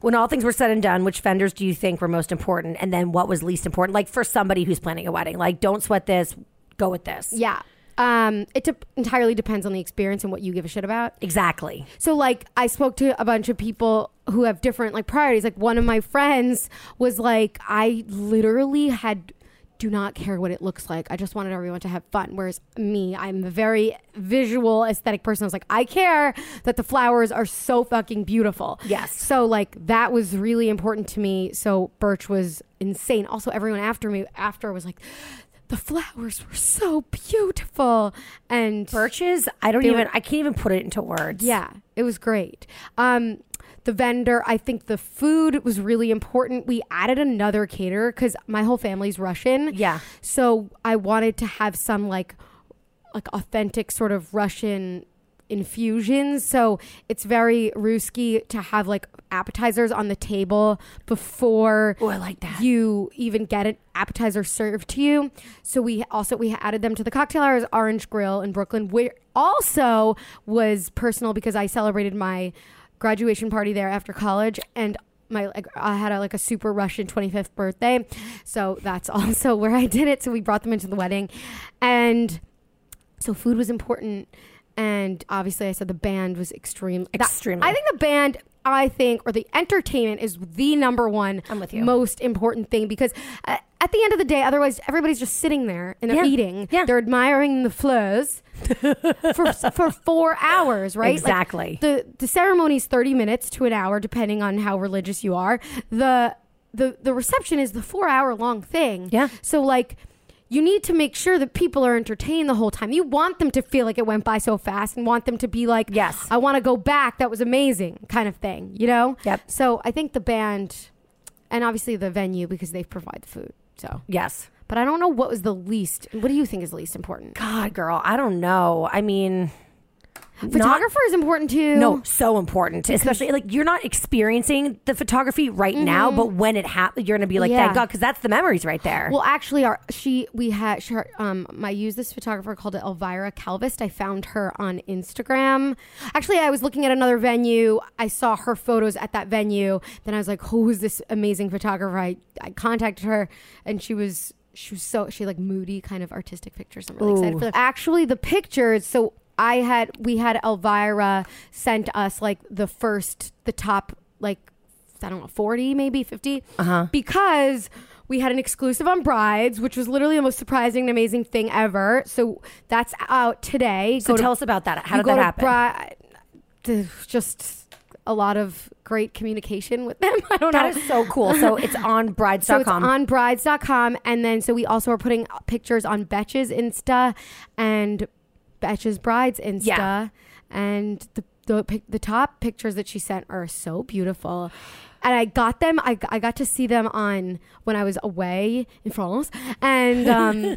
Speaker 2: when all things were said and done, which vendors do you think were most important, and then what was least important? Like for somebody who's planning a wedding, like don't sweat this, go with this.
Speaker 3: Yeah. Um, it de- entirely depends on the experience and what you give a shit about.
Speaker 2: Exactly.
Speaker 3: So, like, I spoke to a bunch of people who have different like priorities. Like, one of my friends was like, I literally had do not care what it looks like. I just wanted everyone to have fun. Whereas me, I'm a very visual aesthetic person. I was like, I care that the flowers are so fucking beautiful.
Speaker 2: Yes.
Speaker 3: So like that was really important to me. So Birch was insane. Also, everyone after me after was like, the flowers were so beautiful. And
Speaker 2: Birches, I don't
Speaker 3: They
Speaker 2: even,
Speaker 3: were-
Speaker 2: I can't even put it into words.
Speaker 3: yeah, it was great. Um, the vendor, I think the food was really important. We added another caterer because my whole family's Russian.
Speaker 2: Yeah.
Speaker 3: So I wanted to have some like like authentic sort of Russian infusions. So it's very Ruski to have like appetizers on the table before
Speaker 2: Oh, I like that.
Speaker 3: you even get an appetizer served to you. So we also we added them to the cocktail hours Orange Grill in Brooklyn, where also was personal because I celebrated my graduation party there after college and my like I had a, like a super Russian 25th birthday. So that's <laughs> also where I did it. So we brought them into the wedding and so food was important and obviously i said the band was extreme that-
Speaker 2: Extremely.
Speaker 3: i think the band i think or the entertainment is the number one
Speaker 2: I'm with you.
Speaker 3: most important thing because uh, at the end of the day otherwise everybody's just sitting there and they're
Speaker 2: Yeah.
Speaker 3: eating
Speaker 2: Yeah.
Speaker 3: they're admiring
Speaker 2: <laughs>
Speaker 3: the flowers for, for four hours right Like,
Speaker 2: Exactly.
Speaker 3: the the ceremony's 30 minutes to an hour depending on how religious you are the the the reception is the four hour long thing
Speaker 2: Yeah.
Speaker 3: so like you need to make sure that people are entertained the whole time you want them to feel like it went by so fast and want them to be like
Speaker 2: Yes.
Speaker 3: i want to go back that was amazing kind of thing you know
Speaker 2: Yep.
Speaker 3: so i think the band and obviously the venue because they provide food so <laughs>
Speaker 2: Yes.
Speaker 3: but i don't know what was the least what do you think is the least important
Speaker 2: God, Ah, girl, I don't know. I mean, not-
Speaker 3: photographer is important too
Speaker 2: no, so important, especially like you're not experiencing the photography right now, but when it happens, you're gonna be like,
Speaker 3: Mm-hmm. Yeah.
Speaker 2: thank God, because that's the memories right there.
Speaker 3: Well, actually, our she we had she, um I used this photographer called Elvira Calvist. I found her on Instagram. Actually, I was looking at another venue. I saw her photos at that venue. Then I was like, "Who is this amazing photographer?" I, I contacted her, and she was she was so she had, like moody kind of artistic pictures. I'm really excited for that. Actually, the pictures. So I had we had Elvira sent us like the
Speaker 2: Uh-huh.
Speaker 3: first the top like I don't know, 40, maybe 50. Because We had an exclusive on brides, which was literally the most surprising and amazing thing ever. So that's out today.
Speaker 2: So
Speaker 3: Go to-
Speaker 2: tell us about that. How
Speaker 3: you
Speaker 2: did
Speaker 3: go
Speaker 2: that
Speaker 3: to
Speaker 2: happen?
Speaker 3: bri- just a lot of great communication with them. <laughs> I don't
Speaker 2: <laughs>
Speaker 3: know.
Speaker 2: that is so cool. So it's on brides.com.
Speaker 3: <laughs> So it's on brides.com. And then, so we also are putting pictures on Betches Insta and Betches Brides Insta.
Speaker 2: Yeah.
Speaker 3: And the, the, pic- the top pictures that she sent are so beautiful. And I got them, I, I got to see them on when I was away in France. And, um,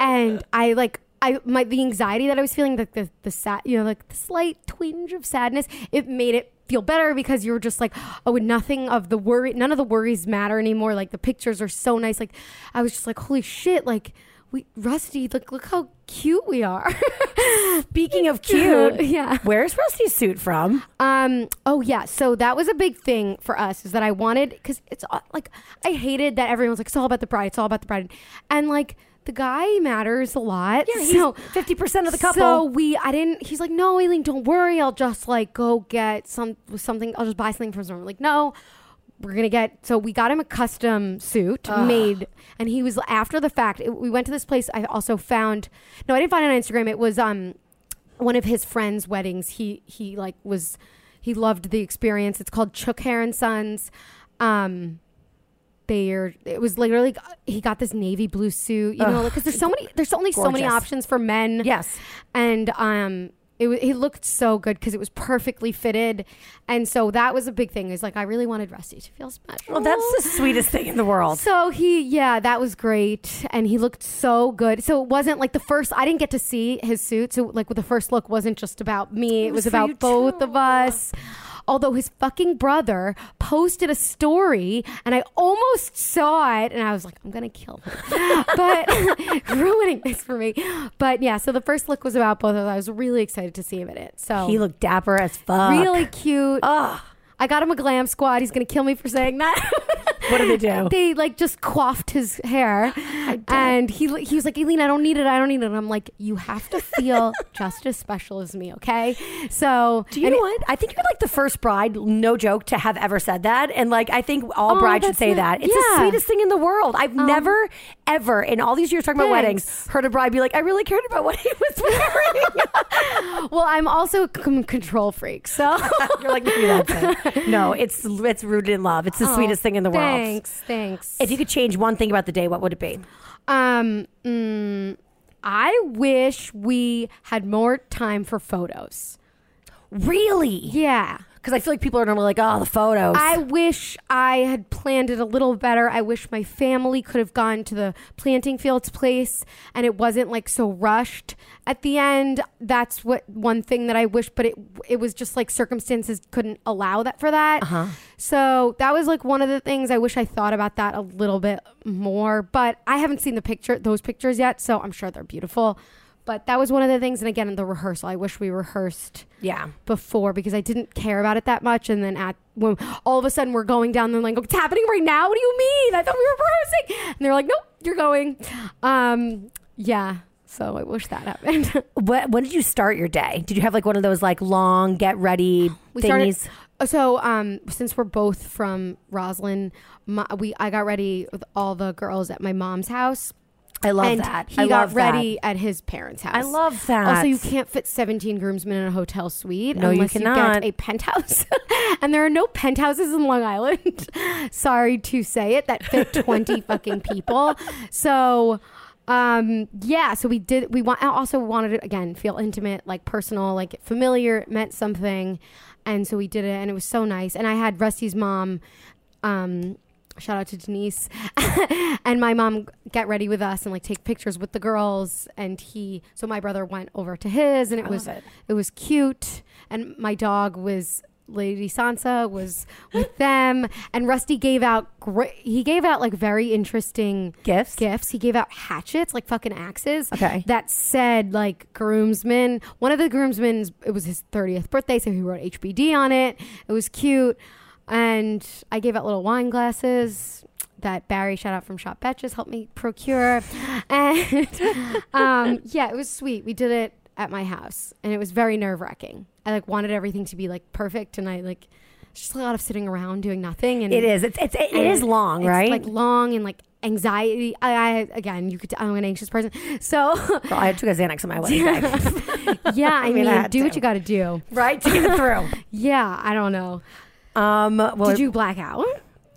Speaker 3: and I like, I my the anxiety that I was feeling, like the the sad, you know, like the slight twinge of sadness, it made it feel better because you were just like, oh, and nothing of the worry, none of the worries matter anymore. Like the pictures are so nice. Like I was just like, holy shit, like we Rusty, look look how cute we are. <laughs>
Speaker 2: Speaking of cute,
Speaker 3: yeah.
Speaker 2: where's Rusty's suit from?
Speaker 3: Um. Oh yeah. So that was a big thing for us is that I wanted because it's all- like I hated that everyone's like it's all about the bride. It's all about the bride, and like the guy matters a lot. <laughs> Yeah.
Speaker 2: he's 50% of the couple.
Speaker 3: So we. I didn't. He's like, no, Aileen, don't worry. I'll just like go get some something. I'll just buy something from somewhere. I'm like, no. We're gonna get so we got him a custom suit made, and he was after the fact. it- we went to this place. I also found no, I didn't find it on Instagram. It was um one of his friends' weddings. He he like was he loved the experience. It's called Chook Hair and Sons. Um, they are. It was literally he got this navy blue suit. You know,
Speaker 2: Ugh,
Speaker 3: because there's so many. There's only so many
Speaker 2: gorgeous.
Speaker 3: options for men.
Speaker 2: Yes.
Speaker 3: and um. It, wa- he looked so good because it was perfectly fitted, and so that was a big thing. Is like I really wanted Rusty to feel special.
Speaker 2: Well, that's the sweetest thing in the world.
Speaker 3: Oh. So he, yeah, that was great, and he looked so good. So it wasn't like the first. I didn't get to see his suit, so like with the first look wasn't just about me. It was,
Speaker 2: was for you
Speaker 3: about both
Speaker 2: too.
Speaker 3: of us. Although his fucking brother posted a story, and I almost saw it, and I was like, I'm gonna kill him, <laughs> but ruining this for me. But yeah, so the first look was about both of us. I was really excited to see him in it. So
Speaker 2: He looked dapper as fuck.
Speaker 3: really cute.
Speaker 2: Ugh.
Speaker 3: I got him a glam squad. He's gonna kill me for saying that. <laughs>
Speaker 2: What did they do?
Speaker 3: they like just coiffed his
Speaker 2: <gasps>
Speaker 3: hair and he he was like Eileen I don't need it I don't need it and I'm like you have
Speaker 2: <laughs>
Speaker 3: to feel just as special as me okay so
Speaker 2: Do you
Speaker 3: and
Speaker 2: know
Speaker 3: it-
Speaker 2: what? I think you're like the first bride, no joke, to have ever said that. And like, I think all
Speaker 3: Oh,
Speaker 2: brides should
Speaker 3: that's
Speaker 2: say
Speaker 3: nice.
Speaker 2: that. It's the
Speaker 3: Yeah. Oh.
Speaker 2: sweetest thing in the world. I've never, ever, in all these years talking about weddings,
Speaker 3: Thanks.
Speaker 2: heard a bride be like, I really cared about what he <laughs> was wearing.
Speaker 3: <laughs> well I'm also a c- control freak so <laughs>
Speaker 2: <laughs> you're like, "Maybe that's it." <laughs> no, it's it's rooted in love. It's the sweetest thing in the world.
Speaker 3: Oh, thanks thanks
Speaker 2: If you could change one thing about the day, what would it be?
Speaker 3: um mm, I wish we had more time for photos
Speaker 2: Really?
Speaker 3: yeah
Speaker 2: Because I feel like people are normally like, oh, the photos.
Speaker 3: I wish I had planned it a little better. I wish my family could have gone to the planting fields place and it wasn't like so rushed at the end. That's what one thing that I wish, but it it was just like circumstances couldn't allow that for that. So that was like one of the things I wish I thought about that a little bit more. But I haven't seen the picture those pictures yet, so I'm sure they're beautiful. But that was one of the things, and again, in the rehearsal, I wish we rehearsed
Speaker 2: yeah.
Speaker 3: before because I didn't care about it that much. And then at when all of a sudden we're going down, they're like, "It's happening right now. What do you mean? I thought we were rehearsing." And they're like, "Nope, you're going." Um, yeah. So I wish that happened. <laughs>
Speaker 2: What, when did you start your day? Did you have like one of those like long get ready
Speaker 3: we
Speaker 2: thingies?
Speaker 3: started. So um, since we're both from Roslyn, my, we I got ready with all the girls at my mom's house.
Speaker 2: I love
Speaker 3: and
Speaker 2: that.
Speaker 3: He
Speaker 2: I
Speaker 3: got
Speaker 2: love that.
Speaker 3: ready at his parents' house.
Speaker 2: I love that.
Speaker 3: Also, you can't fit 17 groomsmen in a hotel suite
Speaker 2: No, you
Speaker 3: unless you,
Speaker 2: cannot.
Speaker 3: get a penthouse. <laughs> and there are no penthouses in Long Island. <laughs> Sorry to say it, that fit
Speaker 2: <laughs>
Speaker 3: 20 fucking people. So um yeah so we did we want I also wanted it again feel intimate like personal like familiar it meant something and so we did it and it was so nice and i had rusty's mom um shout out to denise <laughs> and my mom get ready with us and like take pictures with the girls and he so my brother went over to his and it was
Speaker 2: love it.
Speaker 3: it. was cute and my dog was lady sansa was with them and rusty gave out great he gave out like very interesting
Speaker 2: Gifts?
Speaker 3: gifts he gave out hatchets like fucking axes
Speaker 2: Okay.
Speaker 3: that said like groomsmen one of the groomsmen's it was his 30th birthday so he wrote hbd on it it was cute and i gave out little wine glasses that barry shout out from shop betches helped me procure <laughs> and um, yeah it was sweet we did it at my house and it was very nerve-wracking i like wanted everything to be like perfect and i like it's just a lot of sitting around doing nothing and
Speaker 2: It is. It's, it's it
Speaker 3: and
Speaker 2: is long,
Speaker 3: it's,
Speaker 2: right?
Speaker 3: Like long and like anxiety. I, I again, you could. I'm an anxious person, so <laughs>
Speaker 2: Girl, I took a Xanax on my wedding day. <laughs>
Speaker 3: yeah. I,
Speaker 2: mean,
Speaker 3: mean,
Speaker 2: I had
Speaker 3: do what
Speaker 2: to.
Speaker 3: you got to do.
Speaker 2: right to get it
Speaker 3: <laughs>
Speaker 2: through.
Speaker 3: Yeah, I don't know.
Speaker 2: Um, well,
Speaker 3: Did you black out?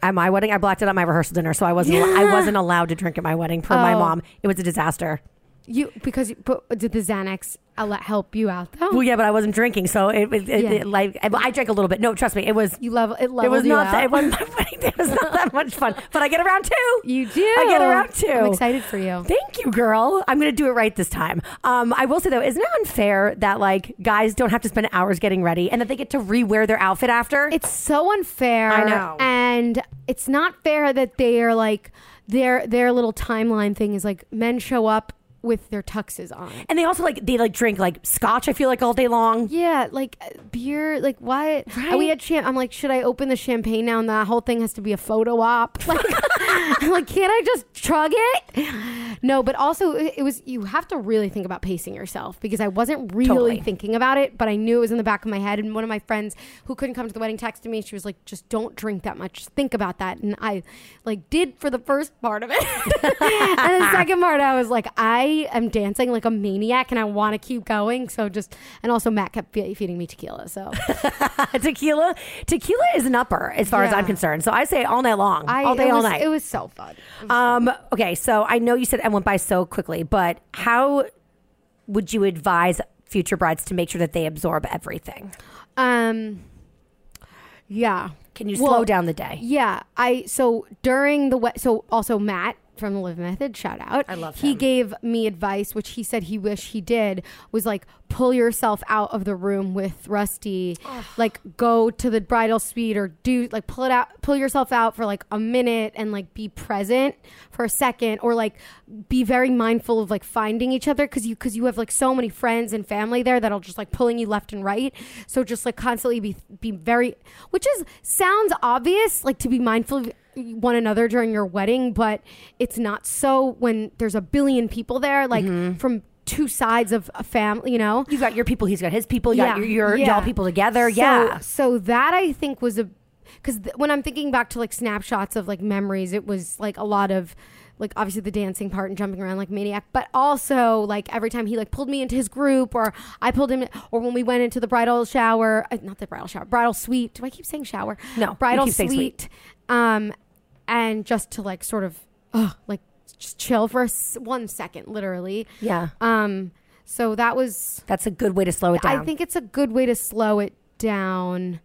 Speaker 2: at my wedding, I blacked it at my rehearsal dinner, so I wasn't.
Speaker 3: <laughs>
Speaker 2: I wasn't allowed to drink at my wedding. Per my
Speaker 3: Oh.
Speaker 2: mom, it was a disaster.
Speaker 3: You because you, but did the Xanax ele- help you out though?
Speaker 2: Well, yeah, but I wasn't drinking, so it, it, it,
Speaker 3: Yeah.
Speaker 2: it like I, I drank a little bit. No, trust me, it was.
Speaker 3: you level it leveled
Speaker 2: It was
Speaker 3: you
Speaker 2: not.
Speaker 3: out.
Speaker 2: That, it wasn't my <laughs> wedding day. It was not that much fun, but I get around two.
Speaker 3: You do.
Speaker 2: I get around two.
Speaker 3: I'm excited for you.
Speaker 2: Thank you, girl. I'm going to do it right this time. Um, I will say though, isn't it unfair that like guys don't have to spend hours getting ready and that they get to rewear their outfit after?
Speaker 3: It's so unfair.
Speaker 2: I know.
Speaker 3: And it's not fair that they are like their their little timeline thing is like men show up with their tuxes on.
Speaker 2: and they also like they like drink like scotch. I feel like all day long.
Speaker 3: Yeah, like uh, beer, like what? Uh,
Speaker 2: Right?
Speaker 3: We had champ. I'm like, should I open the champagne now? And the whole thing has to be a photo op. <laughs> Like, I'm like, can't I just chug it? No, but also it it was you have to really think about pacing yourself because I wasn't really
Speaker 2: Totally.
Speaker 3: thinking about it, but I knew it was in the back of my head. And one of my friends who couldn't come to the wedding texted me. She was like, just don't drink that much. Think about that. And I like did for the first part of it, <laughs> and the second part I was like, I am dancing like a maniac, and I want to keep going. So just and also Matt kept fe- feeding me tequila.
Speaker 2: <laughs>
Speaker 3: So
Speaker 2: tequila, tequila is an upper as far as
Speaker 3: Yeah.
Speaker 2: I'm concerned. So I say all night long,
Speaker 3: I
Speaker 2: all day,
Speaker 3: it
Speaker 2: all
Speaker 3: was,
Speaker 2: night.
Speaker 3: It was so fun.
Speaker 2: Um, okay, so I know you said I went by so quickly, but how would you advise future brides to make sure that they absorb everything?
Speaker 3: Um, yeah.
Speaker 2: Can you
Speaker 3: Well,
Speaker 2: slow down the day?
Speaker 3: Yeah, I so during the we- so also Matt from the Live Method shout out. I
Speaker 2: love
Speaker 3: He
Speaker 2: him.
Speaker 3: gave me advice, which he said he wished he did was like pull yourself out of the room with Rusty, like go to the bridal suite or do like pull it out, pull yourself out for like a minute and like be present for a second or like be very mindful of like finding each other because you because you have like so many friends and family there that'll just like pulling you left and right. So just like constantly be be very, which is sounds obvious like to be mindful of one another during your wedding, but it's not so when there's a billion people there, like from two sides of a family, you know?
Speaker 2: You've got your people, he's got his people, you got your, your y'all people together.
Speaker 3: So-
Speaker 2: yeah.
Speaker 3: So that I think was a because th- when I'm thinking back to like snapshots of like memories, it was like a lot of like obviously the dancing part and jumping around like maniac, but also like every time he like pulled me into his group or I pulled him, or when we went into the bridal shower, uh, not the bridal shower, bridal suite. Do I keep saying shower?
Speaker 2: No, you
Speaker 3: bridal
Speaker 2: keep saying suite.
Speaker 3: suite. Um, and just to like sort of, uh, like just chill for s- one second, literally.
Speaker 2: Yeah.
Speaker 3: Um. So that was
Speaker 2: That's a good way to slow it down.
Speaker 3: I think it's a good way to slow it down.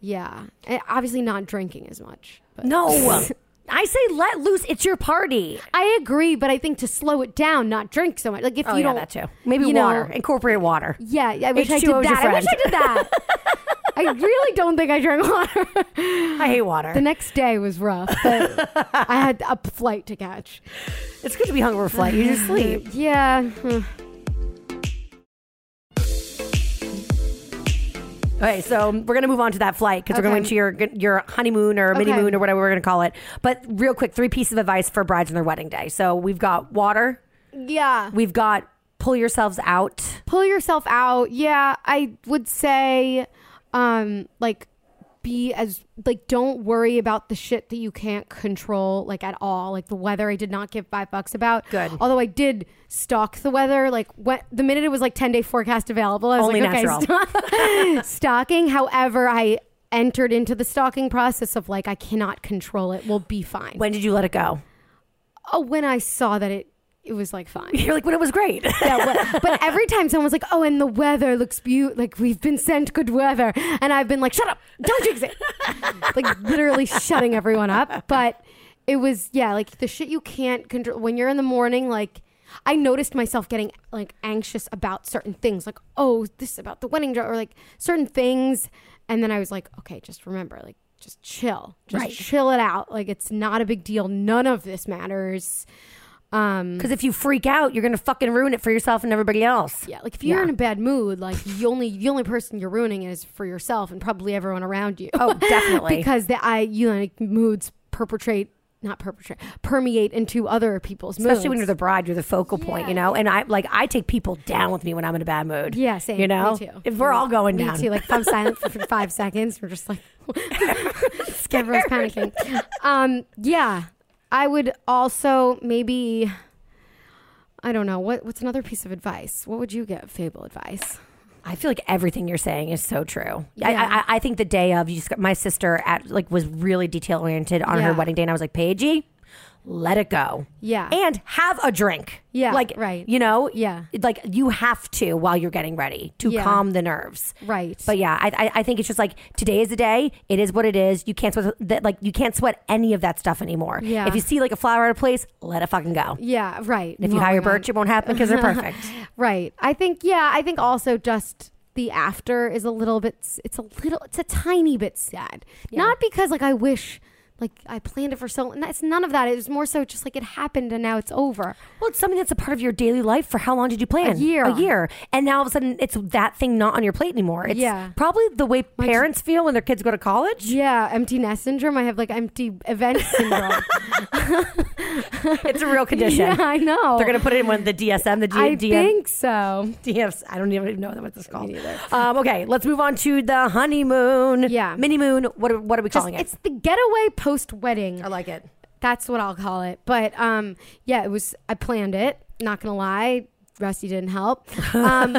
Speaker 3: Yeah. And obviously, not drinking as much. But.
Speaker 2: no. <laughs> I say let loose. It's your party.
Speaker 3: I agree, but I think to slow it down, not drink so much. Like if
Speaker 2: Oh,
Speaker 3: you
Speaker 2: yeah,
Speaker 3: don't,
Speaker 2: that too. Maybe
Speaker 3: you know-
Speaker 2: water. Incorporate water.
Speaker 3: yeah, I wish I did
Speaker 2: H2O is your
Speaker 3: that. I wish I
Speaker 2: friend. <laughs>
Speaker 3: did that. <laughs> I really don't think I drank water. <laughs>
Speaker 2: I hate water. <laughs>
Speaker 3: The next day was rough, but I had a flight to catch.
Speaker 2: it's good to be hungover for flight. You just <laughs> sleep.
Speaker 3: Yeah. hmm.
Speaker 2: Okay, so we're gonna move on to that flight because we're going
Speaker 3: Okay.
Speaker 2: to your your honeymoon or mini
Speaker 3: Okay.
Speaker 2: moon or whatever we're gonna call it. But real quick, three pieces of advice for brides on their wedding day. So we've got water.
Speaker 3: Yeah.
Speaker 2: We've got pull yourselves out.
Speaker 3: pull yourself out. Yeah, I would say, um, like, be as like don't worry about the shit that you can't control like at all like the weather i did not give five bucks about
Speaker 2: Good.
Speaker 3: although i did stalk the weather like what the minute it was like 10 day forecast available i was
Speaker 2: Only
Speaker 3: like
Speaker 2: natural.
Speaker 3: okay st- <laughs> stalking however i entered into the stalking process of like i cannot control it we'll be fine
Speaker 2: When did you let it go? <laughs>
Speaker 3: oh when i saw that it it was like fine
Speaker 2: You're like, when it was great. <laughs>
Speaker 3: yeah, but, but every time someone's like, "Oh, and the weather looks beautiful," like we've been sent good weather, and I've been like, "Shut up, don't jinx it!" like literally shutting everyone up. But it was yeah, like the shit you can't control when you're in the morning, like. I noticed myself getting like anxious about certain things, like oh, this is about the wedding dress, or like certain things, and then I was like, okay, just remember, like just chill, just
Speaker 2: Right.
Speaker 3: chill it out. Like it's not a big deal. None of this matters. Um,
Speaker 2: Because if you freak out, you're gonna fucking ruin it for yourself and everybody else.
Speaker 3: yeah, like if you're
Speaker 2: Yeah.
Speaker 3: in a bad mood, like you only the only person you're ruining it is for yourself and probably everyone around you.
Speaker 2: Oh, <laughs> definitely.
Speaker 3: because the I you know like, moods perpetrate not perpetrate permeate into other people's moods.
Speaker 2: Especially when you're the bride, you're the focal point, you know. And I like I take people down with me when I'm in a bad mood.
Speaker 3: yeah, same.
Speaker 2: You know,
Speaker 3: me too.
Speaker 2: if we're all going
Speaker 3: me
Speaker 2: down,
Speaker 3: too. Like if I'm silent for five <laughs> seconds, we're just like everyone's panicking. Um, yeah, I would also maybe I don't know what what's another piece of advice. What would you give Fable advice?
Speaker 2: I feel like everything you're saying is so true. I-
Speaker 3: Yeah.
Speaker 2: I, I, I think the day of, you just got, my sister at like was really detail oriented on her
Speaker 3: Yeah.
Speaker 2: wedding day, and I was like, Paigey, let it go.
Speaker 3: Yeah.
Speaker 2: and have a drink.
Speaker 3: Yeah,
Speaker 2: like
Speaker 3: right.
Speaker 2: You know,
Speaker 3: Yeah.
Speaker 2: It- like you have to while you're getting ready to
Speaker 3: Yeah.
Speaker 2: calm the nerves.
Speaker 3: Right.
Speaker 2: But yeah, I, I, I think it's just like today is the day. It is what it is. You can't sweat that. Like you can't sweat any of that stuff anymore.
Speaker 3: Yeah.
Speaker 2: If you see like a flower at a place, let it fucking go.
Speaker 3: yeah, right.
Speaker 2: If you
Speaker 3: Oh my
Speaker 2: hire
Speaker 3: God.
Speaker 2: birds, it won't happen because they're perfect.
Speaker 3: <laughs> Right. I think yeah, I think also just the after is a little bit it's a little it's a tiny bit sad. Not because like I wish like I planned it for so and it's none of that. It was more so just like it happened and now it's over.
Speaker 2: Well, it's something that's a part of your daily life. For how long did you plan?
Speaker 3: A year.
Speaker 2: A year. And now all of a sudden, it's that thing not on your plate anymore. It's
Speaker 3: Yeah.
Speaker 2: probably the way parents feel when their kids go to college.
Speaker 3: Yeah, empty nest syndrome. I have like empty event syndrome.
Speaker 2: <laughs> It's a
Speaker 3: <laughs>
Speaker 2: real condition.
Speaker 3: yeah, I know.
Speaker 2: They're going to put it in one of the DSM, the D-
Speaker 3: I
Speaker 2: DM
Speaker 3: think so.
Speaker 2: DFs. I don't even know what this is called. Um, okay, let's move on to the honeymoon.
Speaker 3: Yeah.
Speaker 2: Mini moon. What are, what are we
Speaker 3: Just,
Speaker 2: calling it?
Speaker 3: it's the getaway post wedding.
Speaker 2: I like it.
Speaker 3: That's what I'll call it. But um, yeah, it was. I planned it. Not gonna lie, Rusty didn't help. Um, <laughs>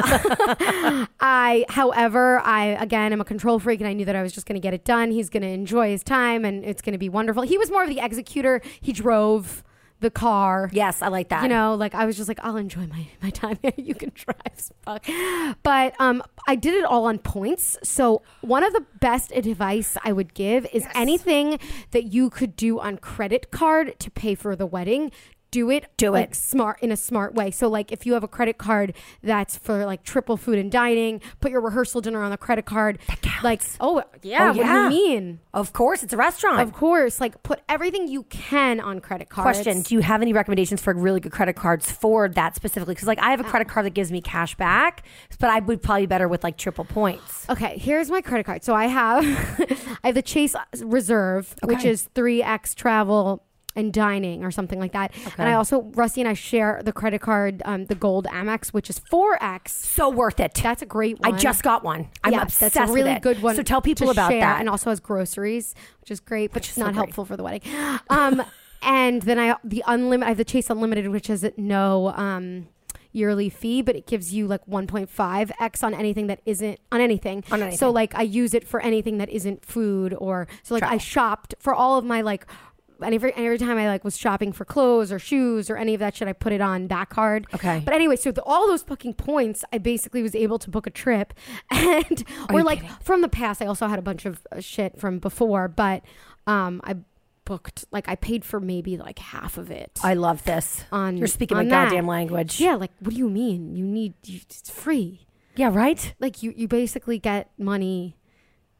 Speaker 3: I, however, I again am a control freak, and I knew that I was just gonna get it done. He's gonna enjoy his time, and it's gonna be wonderful. He was more of the executor. He drove the car.
Speaker 2: Yes, I like that.
Speaker 3: You know, like I was just like, I'll enjoy my, my time here. <laughs> You can drive as fuck. But um I did it all on points. So one of the best advice I would give is anything that you could do on credit card to pay for the wedding. Do it,
Speaker 2: Do
Speaker 3: like
Speaker 2: it.
Speaker 3: smart in a smart way. So, like, if you have a credit card that's for like triple food and dining, put your rehearsal dinner on the credit card. That counts. Like, oh yeah,
Speaker 2: Oh,
Speaker 3: what do
Speaker 2: yeah.
Speaker 3: you mean?
Speaker 2: Of course, it's a restaurant.
Speaker 3: Of course, like, put everything you can on credit cards.
Speaker 2: Question: Do you have any recommendations for really good credit cards for that specifically? Because like I have a credit card that gives me cash back, but I would probably be better with like triple points.
Speaker 3: Okay, here's my credit card. So I have <laughs> I have the Chase Reserve, which
Speaker 2: Okay.
Speaker 3: is 3x travel and dining or something like that. And I also Rusty and I share the credit card um, the gold Amex, which is 4x.
Speaker 2: So worth it.
Speaker 3: That's a great
Speaker 2: I
Speaker 3: one.
Speaker 2: just got one. I'm
Speaker 3: Yeah,
Speaker 2: obsessed
Speaker 3: That's a really
Speaker 2: with it.
Speaker 3: good one.
Speaker 2: So tell people
Speaker 3: to
Speaker 2: about
Speaker 3: share,
Speaker 2: that.
Speaker 3: And also has groceries, which is great, but it's
Speaker 2: so
Speaker 3: not
Speaker 2: great.
Speaker 3: helpful for the wedding.
Speaker 2: <laughs>
Speaker 3: Um, and then I the unlimited I have the Chase Unlimited, which has no um, yearly fee, but it gives you like 1.5x on anything that isn't on anything.
Speaker 2: On anything.
Speaker 3: So like I use it for anything that isn't food or so like I shopped for all of my like and every, and every time I like was shopping for clothes or shoes or any of that shit, I put it on that card.
Speaker 2: Okay.
Speaker 3: But anyway, so the, all those fucking points, I basically was able to book a trip, <laughs> and or like from the past, I also had a bunch of uh, shit from before, but um, I booked like I paid for maybe like half of it.
Speaker 2: I love this.
Speaker 3: on
Speaker 2: You're speaking my
Speaker 3: on that.
Speaker 2: goddamn language.
Speaker 3: Yeah, like what do you mean? You need you, it's free.
Speaker 2: Yeah, right.
Speaker 3: Like you you basically get money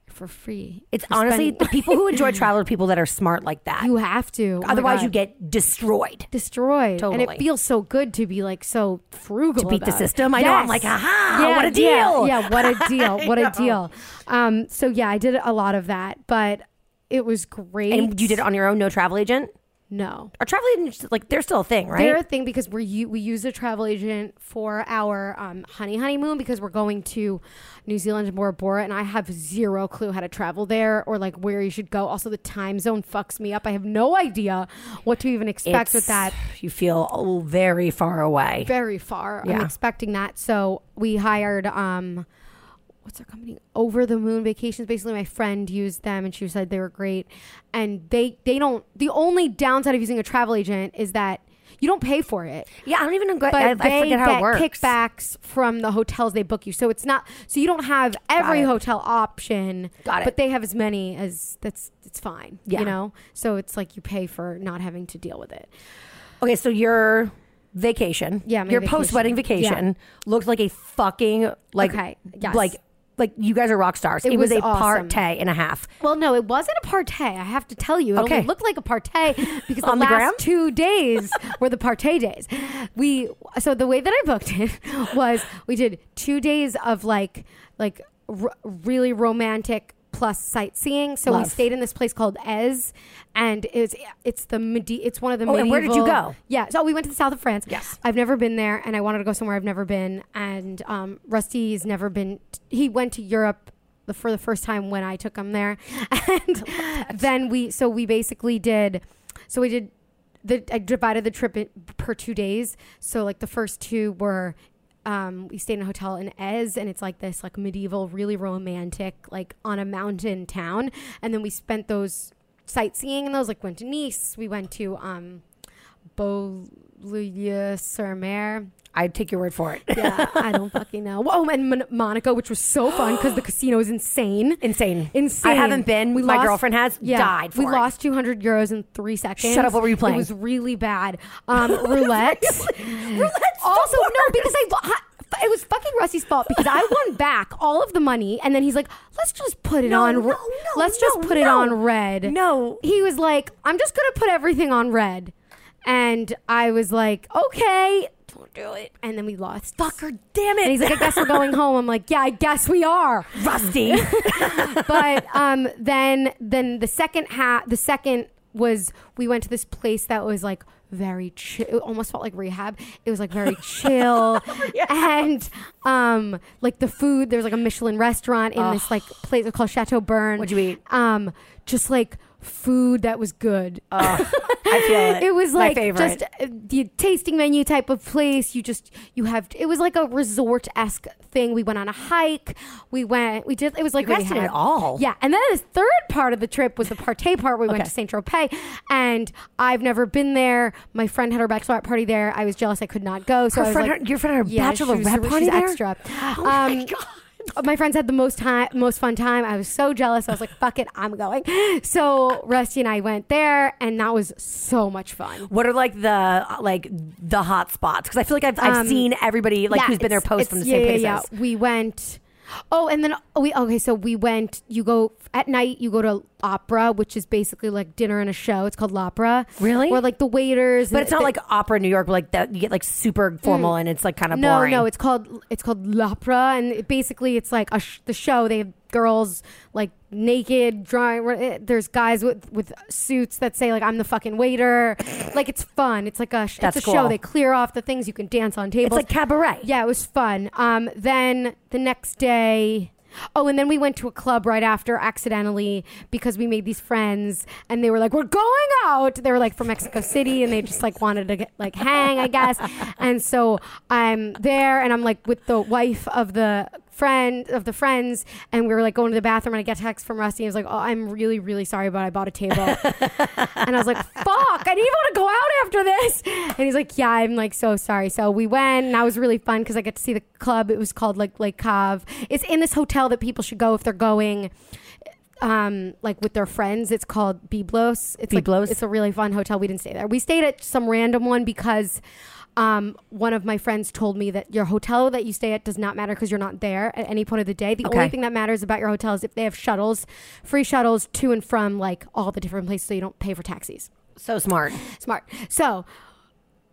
Speaker 3: for free.
Speaker 2: It's
Speaker 3: You're
Speaker 2: honestly
Speaker 3: <laughs> spending-
Speaker 2: the people who enjoy travel are people that are smart like that.
Speaker 3: you have to. Oh my
Speaker 2: Otherwise, you
Speaker 3: God.
Speaker 2: get destroyed.
Speaker 3: destroyed. And
Speaker 2: Totally.
Speaker 3: it feels so good to be like so frugal.
Speaker 2: To beat the
Speaker 3: about it.
Speaker 2: system? I know. I'm like, aha, what a deal.
Speaker 3: Yeah,
Speaker 2: <laughs>
Speaker 3: what a deal. What a deal. Um, so yeah, I did a lot of that, but it was great.
Speaker 2: And you did it on your own, no travel agent?
Speaker 3: No.
Speaker 2: Or travel agents, like, they're still a thing, right?
Speaker 3: They're a thing because we're u- we use a travel agent for our um, honey honeymoon because we're going to New Zealand and Bora Bora, and I have zero clue how to travel there or like where you should go. Also, the time zone fucks me up. I have no idea what to even expect
Speaker 2: It's-
Speaker 3: with that.
Speaker 2: You feel oh, very far away.
Speaker 3: very far. I'm
Speaker 2: Yeah.
Speaker 3: expecting that. So we hired um what's their company? Over the Moon Vacations. Basically my friend used them and she said they were great. And they they don't the only downside of using a travel agent is that you don't pay for it.
Speaker 2: yeah, I don't even know.
Speaker 3: But
Speaker 2: I,
Speaker 3: they
Speaker 2: I forget how
Speaker 3: get
Speaker 2: it works.
Speaker 3: kickbacks from the hotels they book you. So it's not so you don't have every
Speaker 2: it.
Speaker 3: hotel option.
Speaker 2: Got it.
Speaker 3: But they have as many as that's it's fine.
Speaker 2: Yeah.
Speaker 3: You know? So it's like you pay for not having to deal with it.
Speaker 2: Okay, so your vacation,
Speaker 3: Yeah, my
Speaker 2: your
Speaker 3: vacation.
Speaker 2: post wedding vacation looked like a fucking like
Speaker 3: Okay, yes.
Speaker 2: like like you guys are rock stars. It,
Speaker 3: It
Speaker 2: was,
Speaker 3: was
Speaker 2: a
Speaker 3: awesome.
Speaker 2: partay and a half.
Speaker 3: Well, no, it wasn't a partay. I have to tell you, it
Speaker 2: Okay.
Speaker 3: only looked like a partay
Speaker 2: <laughs>
Speaker 3: because the
Speaker 2: On the
Speaker 3: last
Speaker 2: gram?
Speaker 3: two
Speaker 2: <laughs>
Speaker 3: days were the partay days. We so the way that I booked it <laughs> was we did two days of like like r- really romantic plus sightseeing. So we
Speaker 2: Love.
Speaker 3: stayed in this place called Ez, and it's it's the medi- it's one of the
Speaker 2: Oh, and where did you
Speaker 3: medieval-
Speaker 2: go?
Speaker 3: yeah, so we went to the south of France.
Speaker 2: Yes.
Speaker 3: I've never been there, and I wanted to go somewhere I've never been. And um, Rusty's never been. He went to Europe the, for the first time when I <laughs> took him there, and then we. So we basically did. So we did the I divided the trip in, per two days. So like the first two were. Um, we stayed in a hotel in Ez, and it's like this like medieval, really romantic, like on a mountain town. And then we spent those sightseeing and those like went to Nice. We went to um, Beaulieu-sur-Mer.
Speaker 2: I take your word for it.
Speaker 3: Yeah, I don't fucking know. Oh, and Mon- Monaco, which was so fun because the casino is insane.
Speaker 2: Insane.
Speaker 3: Insane.
Speaker 2: I haven't been.
Speaker 3: We
Speaker 2: My
Speaker 3: lost-
Speaker 2: girlfriend has
Speaker 3: Yeah,
Speaker 2: died for
Speaker 3: we
Speaker 2: it.
Speaker 3: lost 200 euros in three seconds.
Speaker 2: Shut up, what were you playing?
Speaker 3: It was really bad.
Speaker 2: <laughs>
Speaker 3: Um, roulette.
Speaker 2: Roulette's the
Speaker 3: also, no,
Speaker 2: worst.
Speaker 3: because I. lo- I- It was fucking Rusty's fault because I
Speaker 2: <laughs>
Speaker 3: won back all of the money, and then he's like, "Let's just put it
Speaker 2: No,
Speaker 3: on.
Speaker 2: no,
Speaker 3: re-
Speaker 2: no,
Speaker 3: let's just
Speaker 2: no,
Speaker 3: put it
Speaker 2: no.
Speaker 3: on red."
Speaker 2: No.
Speaker 3: he was like, "I'm just gonna put everything on red," and I was like, "Okay, don't do it." And then we lost.
Speaker 2: Fucker, damn it.
Speaker 3: And he's like, I guess
Speaker 2: <laughs>
Speaker 3: we're going home. I'm like, yeah, I guess we are. <laughs>
Speaker 2: Rusty.
Speaker 3: But um, then then the second half, the second was we went to this place that was like very chill. It almost felt like rehab. It was like very
Speaker 2: <laughs>
Speaker 3: chill,
Speaker 2: Oh,
Speaker 3: and um, like the food. There was like a Michelin restaurant in this like place called Chateau Burn.
Speaker 2: What'd you eat?
Speaker 3: Um, just like food that was good.
Speaker 2: I feel it.
Speaker 3: It was like
Speaker 2: Uh, my favorite.
Speaker 3: just uh, the tasting menu type of place. You just you have it was like a resort esque thing. We went on a hike. We went. We did. It was like
Speaker 2: You guys did it
Speaker 3: rehab.
Speaker 2: all.
Speaker 3: Yeah, and then the third part of the trip was the partay <laughs> part. We went
Speaker 2: Okay.
Speaker 3: to Saint Tropez, and I've never been there. My friend had her bachelorette party there. I was jealous. I could not go. So
Speaker 2: Her
Speaker 3: I was
Speaker 2: friend-
Speaker 3: like,
Speaker 2: her- your friend had her
Speaker 3: yeah,
Speaker 2: bachelorette
Speaker 3: she was,
Speaker 2: party
Speaker 3: she's
Speaker 2: there?
Speaker 3: Extra.
Speaker 2: <gasps> Oh
Speaker 3: um,
Speaker 2: my God.
Speaker 3: my friends had the most time, most fun time. I was so jealous. I was like, "Fuck it, I'm going." So Rusty and I went there, and that was so much fun.
Speaker 2: What are like the like the hot spots? Because I feel like I've, I've
Speaker 3: Um,
Speaker 2: seen everybody like
Speaker 3: Yeah,
Speaker 2: who's been there
Speaker 3: it's-
Speaker 2: post
Speaker 3: it's-
Speaker 2: from the
Speaker 3: yeah,
Speaker 2: same
Speaker 3: yeah,
Speaker 2: places.
Speaker 3: yeah. We went. Oh, and then we okay. So we went. You go at night. You go to opera, which is basically like dinner and a show. It's called l'opera.
Speaker 2: Really?
Speaker 3: Or like the waiters.
Speaker 2: But it's not
Speaker 3: the-
Speaker 2: like opera in New York, where like that you get like super formal and it's like kind of
Speaker 3: Mm. no,
Speaker 2: boring.
Speaker 3: no. It's called it's called l'opera, and it basically it's like a sh- the show. They have girls like naked, drawing. eh, There's guys with with suits that say like I'm the fucking waiter. like it's fun. It's like a sh-
Speaker 2: That's
Speaker 3: it's a
Speaker 2: cool.
Speaker 3: show. They clear off the things you can dance on
Speaker 2: it's
Speaker 3: tables.
Speaker 2: like cabaret.
Speaker 3: Yeah, it was fun. Um, then the next day. Oh, and then we went to a club right after accidentally because we made these friends and they were like, "We're going out." They were like from Mexico City and they just like wanted to get, like hang, I guess. And so I'm there and I'm like with the wife of the friend of the friends and we were like going to the bathroom and I get a text from Rusty and he was like, "Oh, I'm really really sorry but I bought a table." And I was like, fuck, I didn't even want to go out after this. And he's like, yeah, I'm like so sorry. So we went and that was really fun because I got to see the club. It was called like Lake Cove. It's in this hotel that people should go if they're going um like with their friends. It's called Biblos. It's
Speaker 2: Biblos?
Speaker 3: Like, it's a really fun hotel. We didn't stay there. We stayed at some random one because um, one of my friends told me that your hotel that you stay at does not matter because you're not there at any point of the day. The
Speaker 2: Okay.
Speaker 3: only thing that matters about your hotel is if they have shuttles, free shuttles to and from like all the different places, so you don't pay for taxis.
Speaker 2: So smart.
Speaker 3: Smart. So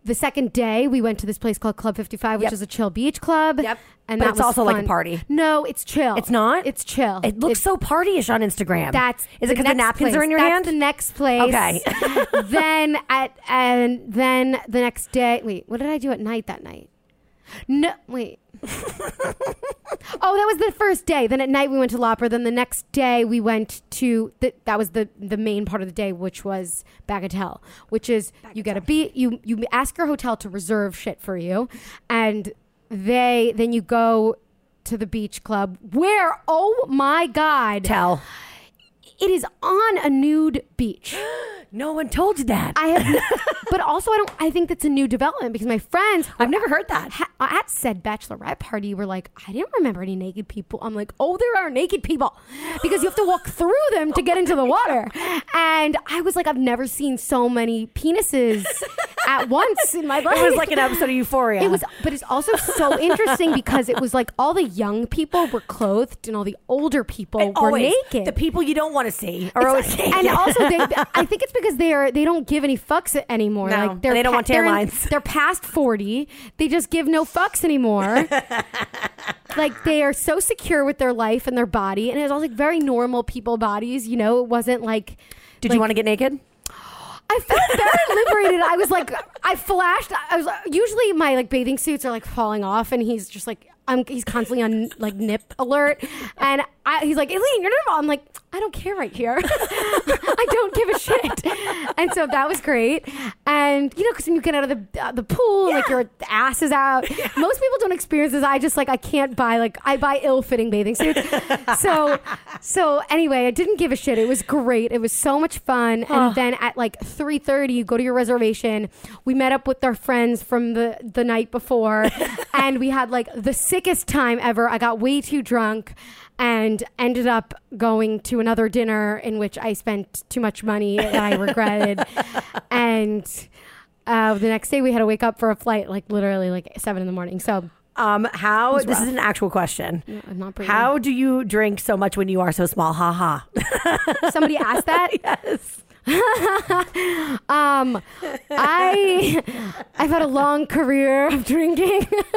Speaker 3: the second day, we went to this place called Club 55, which
Speaker 2: Yep.
Speaker 3: is a chill beach club.
Speaker 2: Yep.
Speaker 3: And
Speaker 2: But
Speaker 3: that
Speaker 2: it's
Speaker 3: was
Speaker 2: also like a
Speaker 3: fun.
Speaker 2: party.
Speaker 3: No, it's chill.
Speaker 2: It's not?
Speaker 3: It's chill.
Speaker 2: It looks
Speaker 3: It's-
Speaker 2: so partyish on Instagram.
Speaker 3: Oh, That's
Speaker 2: is it because the
Speaker 3: next
Speaker 2: napkins are
Speaker 3: place.
Speaker 2: in your
Speaker 3: That's
Speaker 2: hand?
Speaker 3: The next place.
Speaker 2: Okay.
Speaker 3: <laughs>
Speaker 2: <laughs>
Speaker 3: then at and then the next day. Wait, what did I do at night that night? No,
Speaker 2: <laughs>
Speaker 3: wait. oh, that was the first day. Then at night we went to Lopper. Then the next day we went to the, that was the the main part of the day, which was Bagatelle, which is you get a beat you you ask your hotel to reserve shit for you, and they then you go to the beach club where oh my god
Speaker 2: Tell.
Speaker 3: it is on a nude beach.
Speaker 2: No one told you that.
Speaker 3: I have, but also I don't. I think that's a new development because my friends
Speaker 2: I've never heard that.
Speaker 3: ha- at said bachelorette party were like, I didn't remember any naked people. I'm like, oh, there are naked people because you have to walk through them to get into the water. And I was like, I've never seen so many penises at once in my life.
Speaker 2: <laughs> <laughs> It was
Speaker 3: <laughs>
Speaker 2: like an episode of Euphoria.
Speaker 3: It was, but it's also so interesting because it was like all the young people were clothed and all the older people
Speaker 2: And
Speaker 3: were
Speaker 2: always,
Speaker 3: naked.
Speaker 2: The people you don't want to see are always naked.
Speaker 3: <laughs> and
Speaker 2: <laughs>
Speaker 3: also they I think it's because they are they don't give any fucks anymore.
Speaker 2: No,
Speaker 3: like they're
Speaker 2: they don't want
Speaker 3: they're in-
Speaker 2: taillines.
Speaker 3: They're past forty. They just give no fucks
Speaker 2: <laughs>
Speaker 3: anymore. like they are so secure with their life and their body, and it was all like very normal people bodies. You know, it wasn't like.
Speaker 2: Did
Speaker 3: like-
Speaker 2: you want to get naked?
Speaker 3: I felt very liberated. I was like, I flashed. I was usually my like bathing suits are like falling off, and he's just like, I'm. He's constantly on like nip alert, and I, he's like, Aileen, you're normal. I'm like, I don't care right here. <laughs> I don't give a shit. And so that was great. And you know, because when you get out of the uh, the pool, like your ass is out. Most people don't experience this. I just like I can't buy like I buy ill-fitting bathing suits. so so anyway, I didn't give a shit. It was great. It was so much fun. And then at like 3:30, you go to your reservation. We met up with our friends from the the night before, and we had like the sickest time ever. I got way too drunk and ended up going to another dinner in which I spent too much money that I regretted. and uh, the next day we had to wake up for a flight, like literally like seven in the morning. So
Speaker 2: Um, how this is an actual question.
Speaker 3: I'm not breathing.
Speaker 2: How do you drink so much when you are so small? Ha
Speaker 3: <laughs>
Speaker 2: ha.
Speaker 3: somebody asked that.
Speaker 2: Yes.
Speaker 3: <laughs> Um, I <laughs> I've had a long career of drinking. <laughs>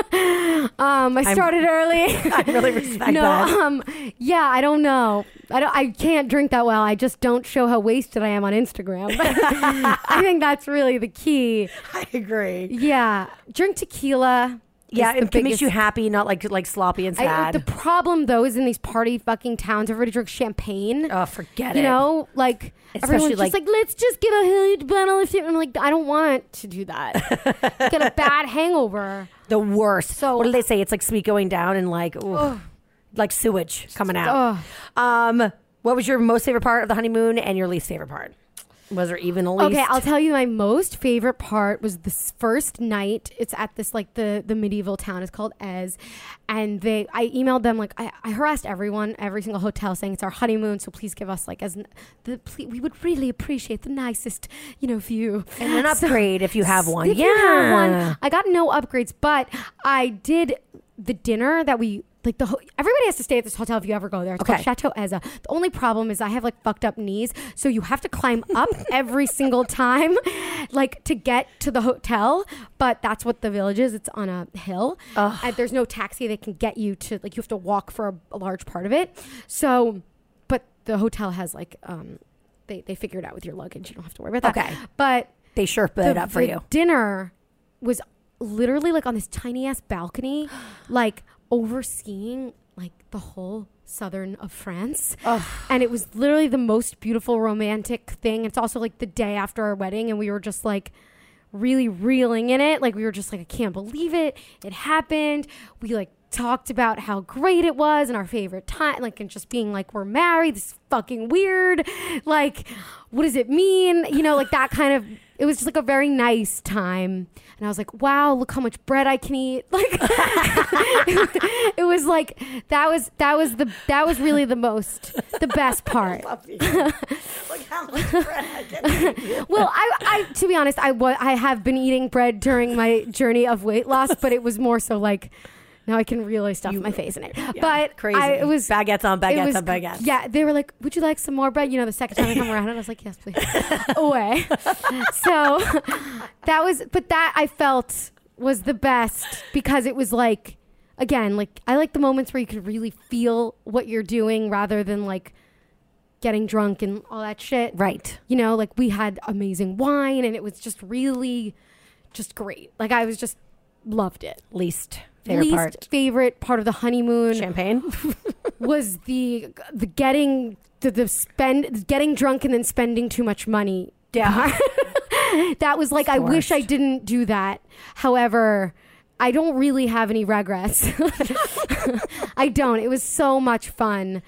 Speaker 3: um, I started early.
Speaker 2: <laughs> I really respect
Speaker 3: no,
Speaker 2: that. <laughs>
Speaker 3: um, yeah, I don't know. I don't. I can't drink that well. I just don't show how wasted I am on Instagram. <laughs> I think that's really the key.
Speaker 2: I agree.
Speaker 3: Yeah, drink tequila. is
Speaker 2: Yeah,
Speaker 3: the
Speaker 2: it makes
Speaker 3: biggest-
Speaker 2: you happy, not like like sloppy and
Speaker 3: I- uh,
Speaker 2: sad.
Speaker 3: the problem though is in these party fucking towns, everybody drinks champagne.
Speaker 2: oh, forget
Speaker 3: you
Speaker 2: it.
Speaker 3: know, like
Speaker 2: Especially,
Speaker 3: everyone's
Speaker 2: like-
Speaker 3: just like, let's just get a huge bottle of shit. I'm like, I don't want to do that.
Speaker 2: <laughs>
Speaker 3: get a bad hangover.
Speaker 2: the worst.
Speaker 3: So-
Speaker 2: what do they say? It's like sweet going down and like ooh, like sewage coming out. Um, what was your most favorite part of the honeymoon and your least favorite part? Was there even a least?
Speaker 3: Okay, I'll tell you my most favorite part was this first night. It's at this like the the medieval town. It's called Ez, and they I emailed them like I, I harassed everyone, every single hotel saying it's our honeymoon, so please give us like as n- the ple- we would really appreciate the nicest you know view
Speaker 2: and an
Speaker 3: <laughs> So-
Speaker 2: upgrade if you have one.
Speaker 3: If
Speaker 2: yeah,
Speaker 3: you have one. uh, I got no upgrades, but I did the dinner that we like the ho- everybody has to stay at this hotel if you ever go there. It's
Speaker 2: Okay.
Speaker 3: called Chateau Eza. The only problem is I have like fucked up knees, so you have to climb
Speaker 2: <laughs>
Speaker 3: up every single time, like to get to the hotel. But that's what the village is. It's on a hill, and there's no taxi that can get you to like you have to walk for a, a large part of it. So, but the hotel has like um, they they figure it out with your luggage. You don't have to worry about that.
Speaker 2: Okay.
Speaker 3: but
Speaker 2: They sure put
Speaker 3: the-
Speaker 2: it up for
Speaker 3: the <laughs>
Speaker 2: you.
Speaker 3: Dinner was literally like on this tiny ass
Speaker 2: <gasps>
Speaker 3: balcony, like overseeing like the whole southern of France. And it was literally the most beautiful romantic thing. It's also like the day after our wedding and we were just like really reeling in it. Like we were just like I can't believe it. It happened. We like talked about how great it was and our favorite time like and just being like we're married. This is fucking weird. Like what does it mean? You know, like that kind of it was just like a very nice time. And I was like, wow, look how much bread I can eat. <laughs> Like it was like that was that was the that was really the most the best part. Well, I, I to be honest, I wa- I have been eating bread during my journey of weight loss, but it was more so like now I can really stuff my face in it. but
Speaker 2: Crazy.
Speaker 3: I, it was
Speaker 2: baguettes on
Speaker 3: it
Speaker 2: baguettes
Speaker 3: was-
Speaker 2: on baguettes.
Speaker 3: Yeah, they were like, "Would you like some more bread?" You know, the second time I come around, and I was like, "Yes, please."
Speaker 2: <laughs>
Speaker 3: Away. so that was, but that I felt was the best because it was like, again, like I like the moments where you could really feel what you're doing rather than like getting drunk and all that shit.
Speaker 2: Right.
Speaker 3: You know, like we had amazing wine, and it was just really, just great. Like I was just loved it.
Speaker 2: Least favorite
Speaker 3: Least
Speaker 2: part.
Speaker 3: favorite part of the honeymoon
Speaker 2: Champagne.
Speaker 3: <laughs> was the the getting the, the spend getting drunk and then spending too much money.
Speaker 2: Yeah.
Speaker 3: That was like I wish I
Speaker 2: worst.
Speaker 3: didn't do that. However, I don't really have any regrets. <laughs> I don't. It was so much fun.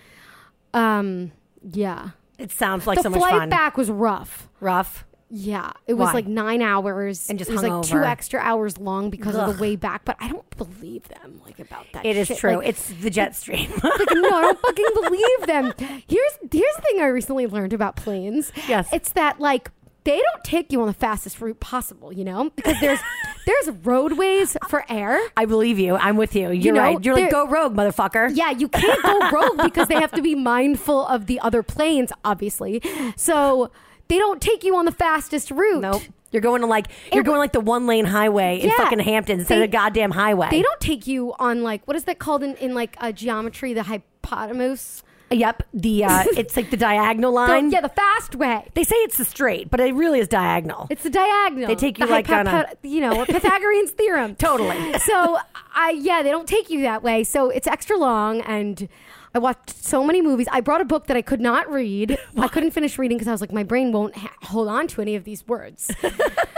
Speaker 3: Um yeah.
Speaker 2: <laughs> it sounds like
Speaker 3: the
Speaker 2: so much
Speaker 3: flight
Speaker 2: fun.
Speaker 3: back was rough.
Speaker 2: Rough.
Speaker 3: Yeah, it was
Speaker 2: Why?
Speaker 3: like nine hours,
Speaker 2: And just
Speaker 3: it was like two
Speaker 2: hungover.
Speaker 3: extra hours long because of
Speaker 2: Ugh.
Speaker 3: the way back. But I don't believe them like about that.
Speaker 2: It is
Speaker 3: shit.
Speaker 2: true.
Speaker 3: Like,
Speaker 2: it's the jet stream. <laughs>
Speaker 3: like, no, I don't fucking believe them. Here's here's the thing I recently learned about planes.
Speaker 2: Yes.
Speaker 3: It's that like they don't take you on the fastest route possible, you know? Because there's <laughs> there's roadways for air.
Speaker 2: I believe you. I'm with you. You're
Speaker 3: know,
Speaker 2: right. You're like go
Speaker 3: there-
Speaker 2: rogue, motherfucker.
Speaker 3: Yeah, you can't go rogue because they have to be mindful of the other planes, obviously. So they don't take you on the fastest route.
Speaker 2: Nope. You're going to like you're going like the one lane highway in
Speaker 3: Yeah.
Speaker 2: fucking Hamptons instead
Speaker 3: They-
Speaker 2: of the goddamn highway.
Speaker 3: They don't take you on like what is that called in, in like a geometry, the hypotenuse?
Speaker 2: Yep. The
Speaker 3: <laughs>
Speaker 2: uh, it's like the diagonal
Speaker 3: The-
Speaker 2: line.
Speaker 3: yeah, the fast way.
Speaker 2: They say it's the straight, but it really is diagonal.
Speaker 3: It's the diagonal.
Speaker 2: They take you
Speaker 3: The
Speaker 2: like on a-
Speaker 3: you know a Pythagorean's theorem.
Speaker 2: <laughs> Totally.
Speaker 3: So I yeah, they don't take you that way. So it's extra long, and I watched so many movies. I brought a book that I could
Speaker 2: <laughs>
Speaker 3: not read. I couldn't finish reading because I was like, my brain won't ha- hold on to any of
Speaker 2: <laughs>
Speaker 3: these words.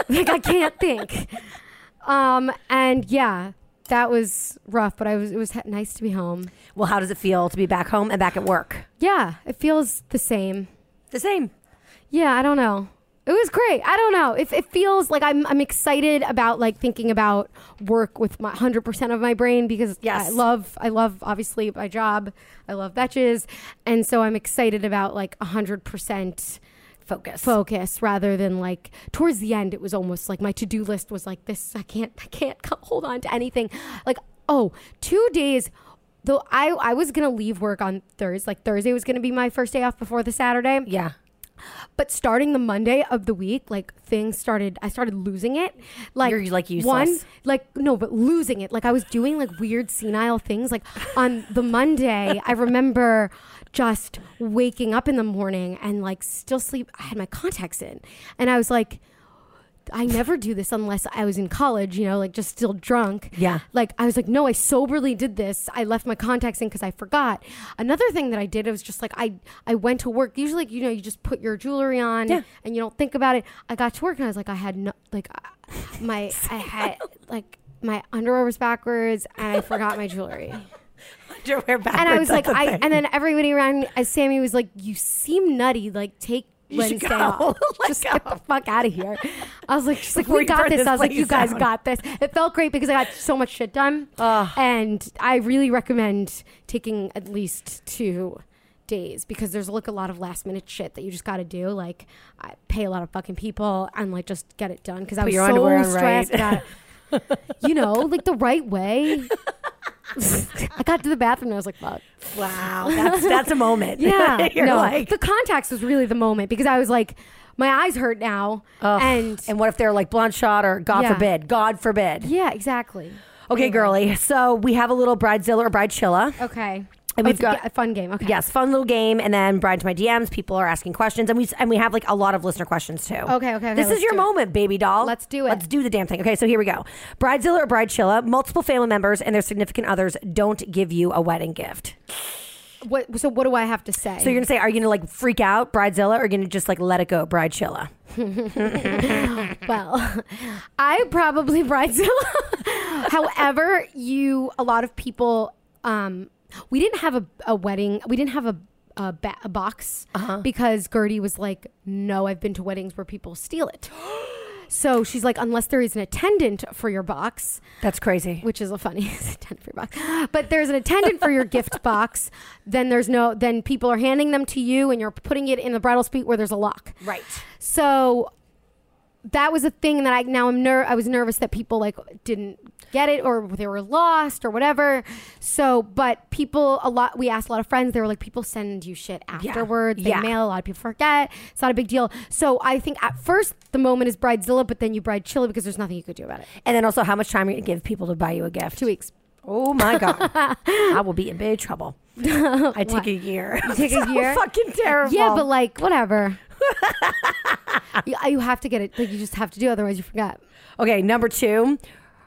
Speaker 3: like I can't think. Um, and yeah, that was rough, but I was it was ha- nice to be home.
Speaker 2: Well, how does it feel to be back home and back at work?
Speaker 3: Yeah, it feels the same.
Speaker 2: The same.
Speaker 3: Yeah, I don't know. It was great. I don't know. If it feels like I'm, I'm excited about like thinking about work with my 100% of my brain because
Speaker 2: Yes.
Speaker 3: I love I love obviously my job. I love betches, and so I'm excited about like 100%
Speaker 2: Focus.
Speaker 3: focus rather than like towards the end it was almost like my to-do list was like this I can't I can't <laughs> co- hold on to anything. Like oh, two days though I I was going to leave work on Thursday. Like Thursday was going to be my first day off before the Saturday
Speaker 2: yeah. <laughs>
Speaker 3: but starting the Monday of the week, like things started. I started losing it. Like
Speaker 2: You're, like, useless.
Speaker 3: One, like no, but losing it. Like I was doing like weird senile things. Like on the Monday, I remember just waking up in the morning and like still sleep. I had my contacts in, and I was like. I never do this unless I was in college, you know, like just still drunk.
Speaker 2: Yeah.
Speaker 3: Like I was like, no, I soberly did this. I left my contacts in because I forgot. Another thing that I did was just like I I went to work. Usually, like, you know, you just put your jewelry on
Speaker 2: Yeah.
Speaker 3: and you don't think about it. I got to work and I was like, I had no like I- my I
Speaker 2: <laughs>
Speaker 3: had like my underwear was backwards and I forgot my jewelry.
Speaker 2: Underwear backwards.
Speaker 3: And I was like,
Speaker 2: that's a
Speaker 3: I
Speaker 2: thing.
Speaker 3: and then everybody around me, uh, Sammy was like, "You seem nutty. Like take
Speaker 2: You should
Speaker 3: Wednesday
Speaker 2: go. <laughs>
Speaker 3: off.
Speaker 2: Let
Speaker 3: Just
Speaker 2: go."
Speaker 3: get the fuck out of here." I was like, "She's like,
Speaker 2: Before
Speaker 3: we
Speaker 2: you
Speaker 3: got
Speaker 2: burn
Speaker 3: this."
Speaker 2: this
Speaker 3: I was like, "You
Speaker 2: place
Speaker 3: guys
Speaker 2: down."
Speaker 3: got this." It felt great because I got so much shit done, and I really recommend taking at least two days because there's like a lot of last minute shit that you just got to do like I pay a lot of fucking people and like just get it done because I
Speaker 2: Put
Speaker 3: was
Speaker 2: your underwear
Speaker 3: so
Speaker 2: on right.
Speaker 3: stressed about it you know like the right way <laughs> I got to the bathroom and I was
Speaker 2: <laughs>
Speaker 3: like, fuck.
Speaker 2: wow, that's that's a moment.
Speaker 3: <laughs> Yeah.
Speaker 2: <laughs> You're
Speaker 3: no,
Speaker 2: like,
Speaker 3: the contacts was really the moment because I was like, my eyes hurt now.
Speaker 2: ugh.
Speaker 3: and
Speaker 2: and what if they're like blunt shot or God
Speaker 3: Yeah.
Speaker 2: forbid, God forbid.
Speaker 3: yeah, exactly.
Speaker 2: Okay, girly. So we have a little bridezilla or bridechilla.
Speaker 3: Okay.
Speaker 2: And we've
Speaker 3: it's a-
Speaker 2: got-
Speaker 3: a fun game. Okay.
Speaker 2: Yes, fun little game, and then bride to my DMs. People are asking questions, and we and we have like a lot of listener questions too.
Speaker 3: Okay, okay, okay,
Speaker 2: This is
Speaker 3: let's
Speaker 2: your
Speaker 3: do it.
Speaker 2: moment, baby doll.
Speaker 3: Let's do it.
Speaker 2: Let's do the damn thing. Okay, so here we go. Bridezilla or bridechilla. Multiple family members and their significant others don't give you a wedding gift.
Speaker 3: What, so what do I have to say?
Speaker 2: So you're gonna say, are you gonna like freak out, bridezilla, or are you gonna just like let it go, bridechilla?
Speaker 3: well, <laughs> I probably bridezilla. <laughs> However, you a lot of people. Um, we didn't have a, a wedding. We didn't have a a, ba- a box because Gertie was like, "No, I've been to weddings where people steal it." <gasps> So she's like, unless there is an attendant for your box,
Speaker 2: That's crazy.
Speaker 3: which is a funny <laughs> attendant for your box. But there's an attendant for your gift box. Then there's no. Then people are handing them to you, and you're putting it in the bridal suite where there's a lock.
Speaker 2: Right.
Speaker 3: So that was a thing that I now I'm ner- I was nervous that people like didn't get it or they were lost or whatever. So, but people a lot we asked a lot of friends. They were like, people send you shit afterwards. They
Speaker 2: Yeah.
Speaker 3: mail. A lot of people forget. It's not a big deal. So I think at first the moment is bridezilla, but then you bride chilla because there's nothing you could do about it.
Speaker 2: And then also, how much time are you gonna give people to buy you a gift?
Speaker 3: Two weeks.
Speaker 2: Oh my <laughs> god, I will be in big trouble. I take
Speaker 3: What?
Speaker 2: a year.
Speaker 3: take
Speaker 2: <laughs>
Speaker 3: a
Speaker 2: So
Speaker 3: year?
Speaker 2: Fucking terrible.
Speaker 3: Yeah, but like
Speaker 2: <laughs>
Speaker 3: whatever. you, you have to get it. Like you just have to do. Otherwise, you forget.
Speaker 2: Okay, number two.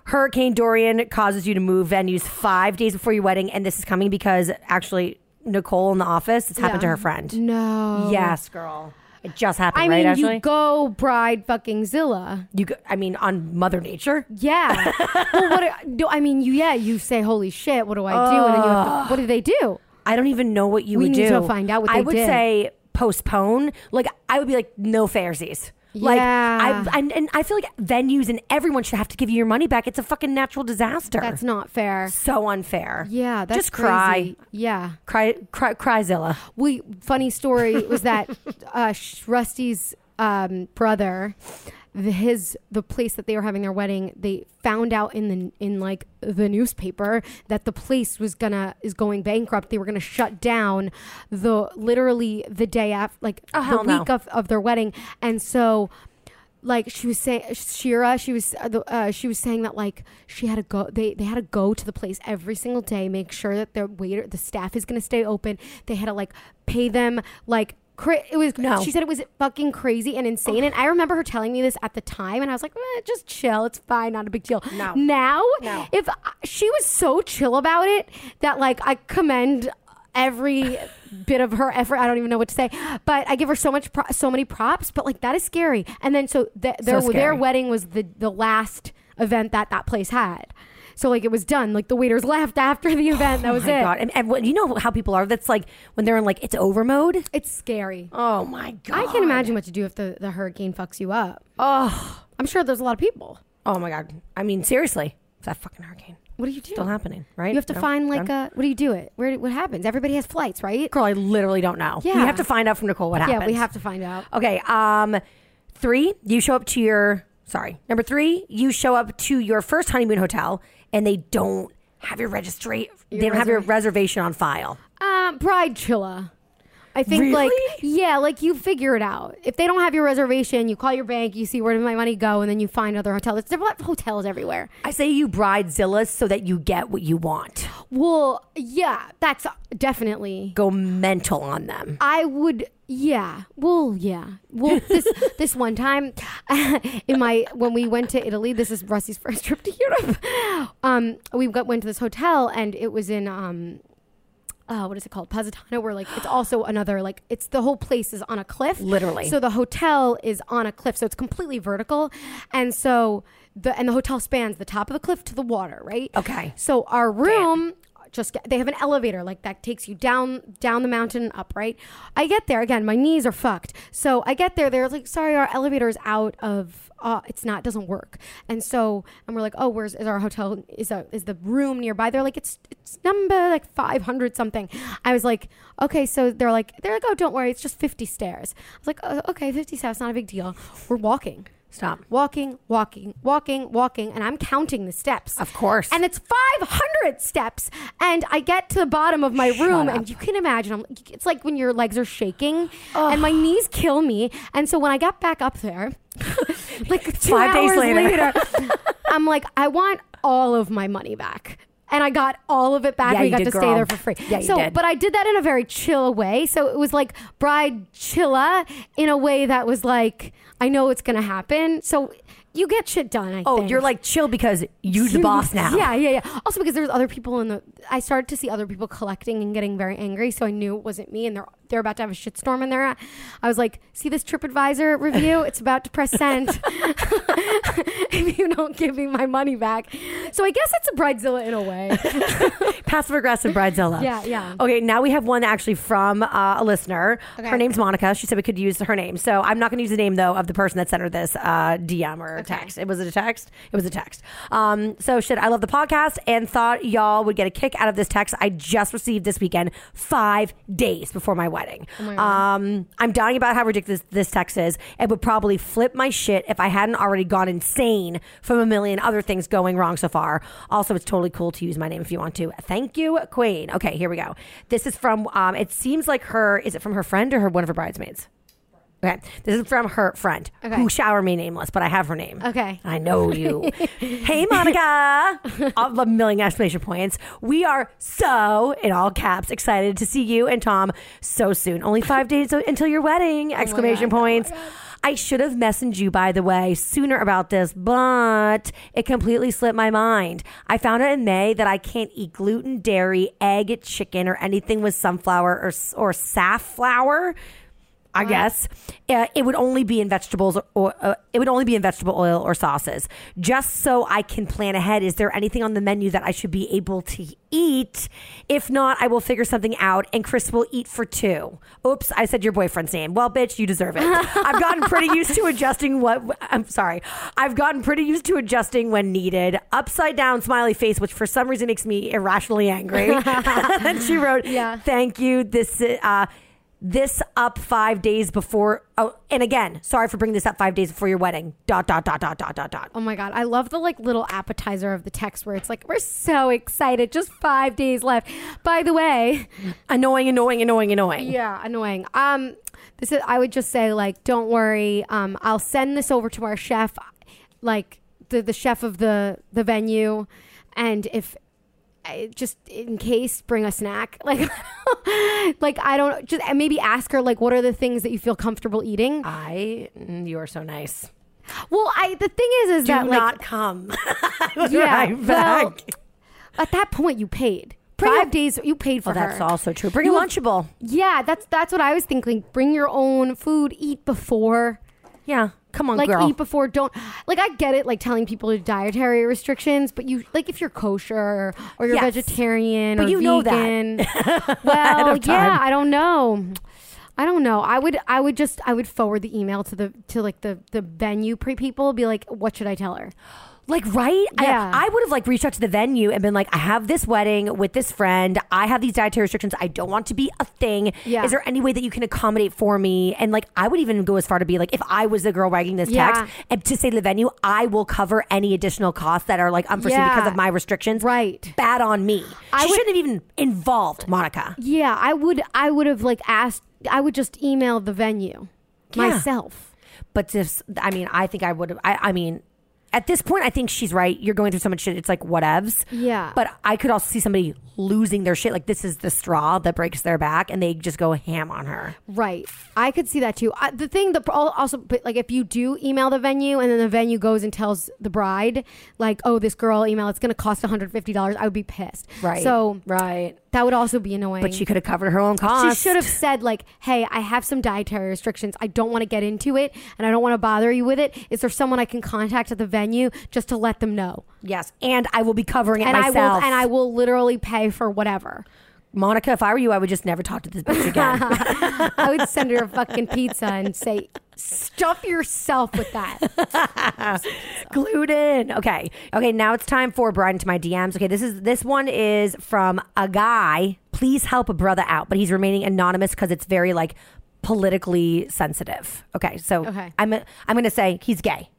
Speaker 2: Hurricane Dorian causes you to move venues five days before your wedding, and this is coming because actually Nicole in the office, it's happened to
Speaker 3: Yeah.
Speaker 2: her friend.
Speaker 3: No.
Speaker 2: Yes, girl. It just happened,
Speaker 3: I
Speaker 2: right,
Speaker 3: mean,
Speaker 2: Ashley?
Speaker 3: you go bride fucking Zilla.
Speaker 2: you go- I mean, on Mother Nature.
Speaker 3: Yeah. well, what? Are, do, I mean, you. Yeah, you say, "Holy shit! What do I do?" And then you have to, what do they do?
Speaker 2: I don't even know what you
Speaker 3: We
Speaker 2: would
Speaker 3: need
Speaker 2: do.
Speaker 3: to find out what
Speaker 2: I
Speaker 3: they
Speaker 2: would
Speaker 3: did.
Speaker 2: say postpone. Like I would be like no fairsies. Like
Speaker 3: Yeah.
Speaker 2: I and, and I feel like venues and everyone should have to give you your money back. It's a fucking natural disaster.
Speaker 3: That's not fair.
Speaker 2: so unfair.
Speaker 3: Yeah, that's
Speaker 2: just cry,
Speaker 3: crazy. Yeah.
Speaker 2: cry, cry, cryzilla.
Speaker 3: We funny story was that <laughs> uh, Sh- Rusty's um, brother, the, his the place that they were having their wedding, they found out in the in like the newspaper that the place was gonna is going bankrupt. They were gonna shut down the literally the day after, like
Speaker 2: Oh,
Speaker 3: the
Speaker 2: hell no.
Speaker 3: week of of their wedding, and so like she was saying shira she was uh, the- uh, she was saying that like she had to go they, they had to go to the place every single day make sure that their waiter the staff is going to stay open they had to like pay them like cra- it was
Speaker 2: No.
Speaker 3: she said it was fucking crazy and insane and i remember her telling me this at the time and i was like "Eh, just chill it's fine not a big deal
Speaker 2: No.
Speaker 3: now
Speaker 2: No.
Speaker 3: if I, she was so chill about it that like i commend every bit of her effort. I don't even know what to say, but I give her so much, pro- so many props. But like that is scary. And then so th- their their
Speaker 2: scary.
Speaker 3: wedding was the the last event that that place had. So like it was done. Like the waiters left
Speaker 2: <sighs>
Speaker 3: after the event. that was
Speaker 2: Oh my
Speaker 3: it.
Speaker 2: God. And, and what, you know how people are? That's like when they're in like it's over mode.
Speaker 3: It's scary.
Speaker 2: Oh my god!
Speaker 3: I can imagine what you do if the, the hurricane fucks you up.
Speaker 2: Oh,
Speaker 3: I'm sure there's a lot of people.
Speaker 2: oh my god! I mean, seriously, it's that fucking hurricane
Speaker 3: What do you do?
Speaker 2: still happening, right?
Speaker 3: You have to
Speaker 2: No?
Speaker 3: find like
Speaker 2: No?
Speaker 3: a. What do you do? It where? do- What happens? Everybody has flights, right?
Speaker 2: girl. I literally don't know. we
Speaker 3: Yeah.
Speaker 2: have to find out from Nicole what happens.
Speaker 3: Yeah, we have to find out.
Speaker 2: Okay. Um, three, you show up to your sorry. Number three, you show up to your first honeymoon hotel and they don't have your registry. they don't have your reservation on file.
Speaker 3: Um, Pride Chilla. I think
Speaker 2: Really?
Speaker 3: like yeah, like you figure it out. If they don't have your reservation, you call your bank, you see where did my money go, and then you find another hotel. There's different hotels everywhere.
Speaker 2: I say you bridezilla so that you get what you want.
Speaker 3: Well, yeah, that's definitely.
Speaker 2: Go mental on them.
Speaker 3: I would yeah. Well, yeah. Well,
Speaker 2: <laughs>
Speaker 3: this this one time <laughs> in my when we went to Italy, this is Rusty's first trip to Europe. <laughs> Um, we got, went to this hotel and it was in um uh, what is it called? Positano, where like it's also
Speaker 2: <gasps>
Speaker 3: another like it's the whole place is on a cliff,
Speaker 2: Literally.
Speaker 3: So the hotel is on a cliff, so it's completely vertical, and so the and the hotel spans the top of the cliff to the water, right?
Speaker 2: Okay.
Speaker 3: So our room just get, they have an elevator like that takes you down down the mountain and up, right? I get there again, my knees are fucked. So I get there, they're like, sorry, our elevator is out of. Uh, it's not doesn't work, and so and we're like, oh, where's is our hotel? Is a is the room nearby? They're like, it's it's number like five hundred something. I was like, okay, so they're like they're like, oh, don't worry, it's just fifty stairs. I was like, oh, okay, fifty stairs, not a big deal. We're walking,
Speaker 2: Stop.
Speaker 3: walking, walking, walking, walking, and I'm counting the steps.
Speaker 2: Of course.
Speaker 3: And it's 500 steps. And I get to the bottom of my room, and you can imagine, I'm, it's like when your legs are shaking and my knees kill me. And so when I got back up
Speaker 2: <laughs>
Speaker 3: there, like two
Speaker 2: Five
Speaker 3: hours
Speaker 2: days <laughs> later.
Speaker 3: later, I'm like, I want all of my money back. And I got all of it back.
Speaker 2: Yeah,
Speaker 3: we
Speaker 2: you
Speaker 3: got
Speaker 2: did,
Speaker 3: to stay
Speaker 2: girl.
Speaker 3: there for free.
Speaker 2: Yeah, you
Speaker 3: so,
Speaker 2: did.
Speaker 3: but I did that in a very chill way. So it was like bride chilla in a way that was like, I know it's going to happen. So you get shit done. I
Speaker 2: Oh,
Speaker 3: think.
Speaker 2: you're like chill because you the boss now.
Speaker 3: Yeah, yeah, yeah. Also because there's other people in the I started to see other people collecting and getting very angry, so I knew it wasn't me and they're they're about to have a shitstorm in there. I was like, see this TripAdvisor review? It's about to press send <laughs> if you don't give me my money back. So I guess it's a bridezilla in
Speaker 2: <laughs>
Speaker 3: a way.
Speaker 2: Passive aggressive bridezilla.
Speaker 3: Yeah, yeah.
Speaker 2: Okay, now we have one actually from uh, a listener.
Speaker 3: Okay.
Speaker 2: Her name's Monica. She said we could use her name. So I'm not going to use the name though of the person that sent her this uh, DM or text. It was it a text. It was a text. Um, so shit, I love the podcast and thought y'all would get a kick out of this text I just received this weekend, five days before my wedding. um, I'm dying about how ridiculous this text is. It would probably flip my shit if I hadn't already gone insane from a million other things going wrong so far. Also, it's totally cool to use my name if you want to. Thank you, Queen. Okay, here we go. This is from. Um, it seems like her. Is it from her friend or her one of her bridesmaids? Okay, this is from her friend
Speaker 3: Okay.
Speaker 2: who shall remain nameless, but I have her name.
Speaker 3: Okay.
Speaker 2: I know you. hey, Monica. Of a million exclamation points. We are so, in all caps, excited to see you and Tom so soon. Only five days until your wedding! Exclamation points. I should have messaged you, by the way, sooner about this, but it completely slipped my mind. I found out in May that I can't eat gluten, dairy, egg, chicken, or anything with sunflower or, or safflower. I guess uh, it would only be in vegetables or uh, it would only be in vegetable oil or sauces. Just so I can plan ahead, is there anything on the menu that I should be able to eat? If not, I will figure something out, and Chris will eat for two. Oops, I said your boyfriend's name. Well, bitch, you deserve it. I've gotten pretty used to adjusting what I'm sorry. I've gotten pretty used to adjusting when needed. Upside down smiley face, which for some reason makes me irrationally angry. <laughs> and she wrote,
Speaker 3: Yeah.
Speaker 2: "Thank you. This." Uh, this up five days before. Oh, and again, sorry for bringing this up five days before your wedding. Dot dot dot dot dot dot dot.
Speaker 3: Oh my god, I love the like little appetizer of the text where it's like, we're so excited, just five days left. By the way,
Speaker 2: Annoying, annoying, annoying, annoying.
Speaker 3: Yeah, annoying. Um, this is. I would just say like, don't worry. Um, I'll send this over to our chef, like the the chef of the the venue, and if I- just in case, bring a snack. <laughs> Like, like I don't just and maybe ask her like, what are the things that you feel comfortable
Speaker 2: Ah.
Speaker 3: eating?
Speaker 2: I, mm, you are so nice.
Speaker 3: Well, I the thing is, is
Speaker 2: Do
Speaker 3: that like
Speaker 2: not come. <laughs>
Speaker 3: Yeah,
Speaker 2: right back.
Speaker 3: well- at that point you paid. Five days you paid for
Speaker 2: Well, Oh, that's
Speaker 3: her.
Speaker 2: also true. Bring a
Speaker 3: You-
Speaker 2: lunchable.
Speaker 3: Yeah, that's that's what I was thinking. Bring your own food. Eat before.
Speaker 2: Yeah, come on,
Speaker 3: like
Speaker 2: Oh, girl.
Speaker 3: eat before don't like i get it like telling people to dietary restrictions but you like if you're kosher or you're
Speaker 2: Yes.
Speaker 3: vegetarian
Speaker 2: But
Speaker 3: or
Speaker 2: you know that. <laughs>
Speaker 3: vegan well
Speaker 2: of
Speaker 3: yeah
Speaker 2: time.
Speaker 3: i don't know i don't know i would i would just i would forward the email to the to like the the venue pre people be like what should i tell her
Speaker 2: Like, right?
Speaker 3: Yeah.
Speaker 2: I, I would have like reached out to the venue and been like, I have this wedding with this friend. I have these dietary restrictions. I don't want to be a thing.
Speaker 3: Yeah.
Speaker 2: Is there any way that you can accommodate for me? And like, I would even go as far to be like, if I was the girl writing this
Speaker 3: Yeah.
Speaker 2: text and to say to the venue, I will cover any additional costs that are like unforeseen
Speaker 3: Yeah.
Speaker 2: because of my restrictions.
Speaker 3: Right.
Speaker 2: Bad on me. she
Speaker 3: I would-
Speaker 2: shouldn't have even involved Monica.
Speaker 3: yeah i would i would have like asked i would just email the venue
Speaker 2: Yeah.
Speaker 3: myself
Speaker 2: But this, I mean, I think I would have, I, I mean, at this point, I think she's right. You're going through so much shit. It's like, whatevs.
Speaker 3: Yeah.
Speaker 2: But I could also see somebody losing their shit. Like, this is the straw that breaks their back, and they just go ham on her.
Speaker 3: Right. I could see that too. I, the thing, the al- also, but like if you do email the venue and then the venue goes and tells the bride, like, oh, this girl email, it's going to cost $150, I would be pissed. So
Speaker 2: right.
Speaker 3: that would also be annoying.
Speaker 2: But she could have covered her own
Speaker 3: She
Speaker 2: costs.
Speaker 3: should have said, like, hey, I have some dietary restrictions. I don't want to get into it and I don't want to bother you with it. Is there someone I can contact at the venue just to let them know?
Speaker 2: Yes. And I will be covering it
Speaker 3: And
Speaker 2: myself.
Speaker 3: I will and I will literally pay for whatever. <laughs>
Speaker 2: Monica, if I were you, I would just never talk to this bitch again.
Speaker 3: I would send her a fucking pizza and say, stuff yourself with that.
Speaker 2: <laughs> Glued in. Okay. Okay. Now it's time for Brian to my DMs. Okay. This is this one is from a guy. Please help a brother out, but he's remaining anonymous because it's very like politically sensitive. Okay. So
Speaker 3: Okay.
Speaker 2: I'm i I'm gonna say he's gay.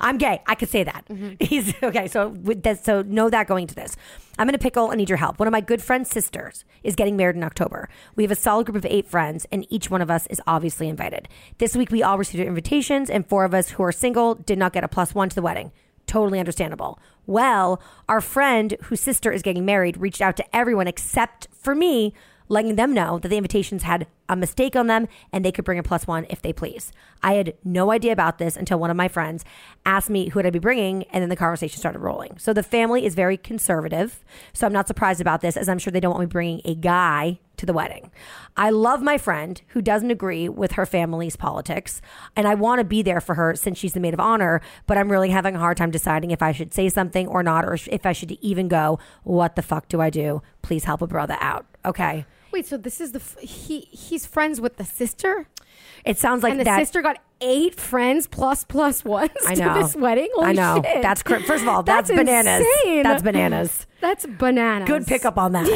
Speaker 2: I'm gay. I could say that. <laughs> He's okay. So with this, so know that going to this, I'm in a pickle. I need your help. One of my good friend's sisters is getting married in October. We have a solid group of eight friends, and each one of us is obviously invited. This week, we all received invitations, and four of us who are single did not get a plus one to the wedding. Totally understandable. Well, our friend whose sister is getting married reached out to everyone except for me, letting them know that the invitations had a mistake on them and they could bring a plus one if they please. I had no idea about this until one of my friends asked me who would I be bringing, and then the conversation started rolling. So the family is very conservative, so I'm not surprised about this, as I'm sure they don't want me bringing a guy to the wedding. I love my friend who doesn't agree with her family's politics, and I want to be there for her since she's the maid of honor, but I'm really having a hard time deciding if I should say something or not, or if I should even go, what the fuck do I do? Please help a brother out. Okay.
Speaker 3: Wait, so this is the f- he he's friends with the sister,
Speaker 2: It sounds like
Speaker 3: and the
Speaker 2: that.
Speaker 3: sister got eight friends plus plus ones
Speaker 2: I know.
Speaker 3: to this wedding. Holy
Speaker 2: I know.
Speaker 3: shit.
Speaker 2: That's cr- first of all, that's, bananas.
Speaker 3: insane.
Speaker 2: That's bananas.
Speaker 3: That's bananas.
Speaker 2: Good pickup on that.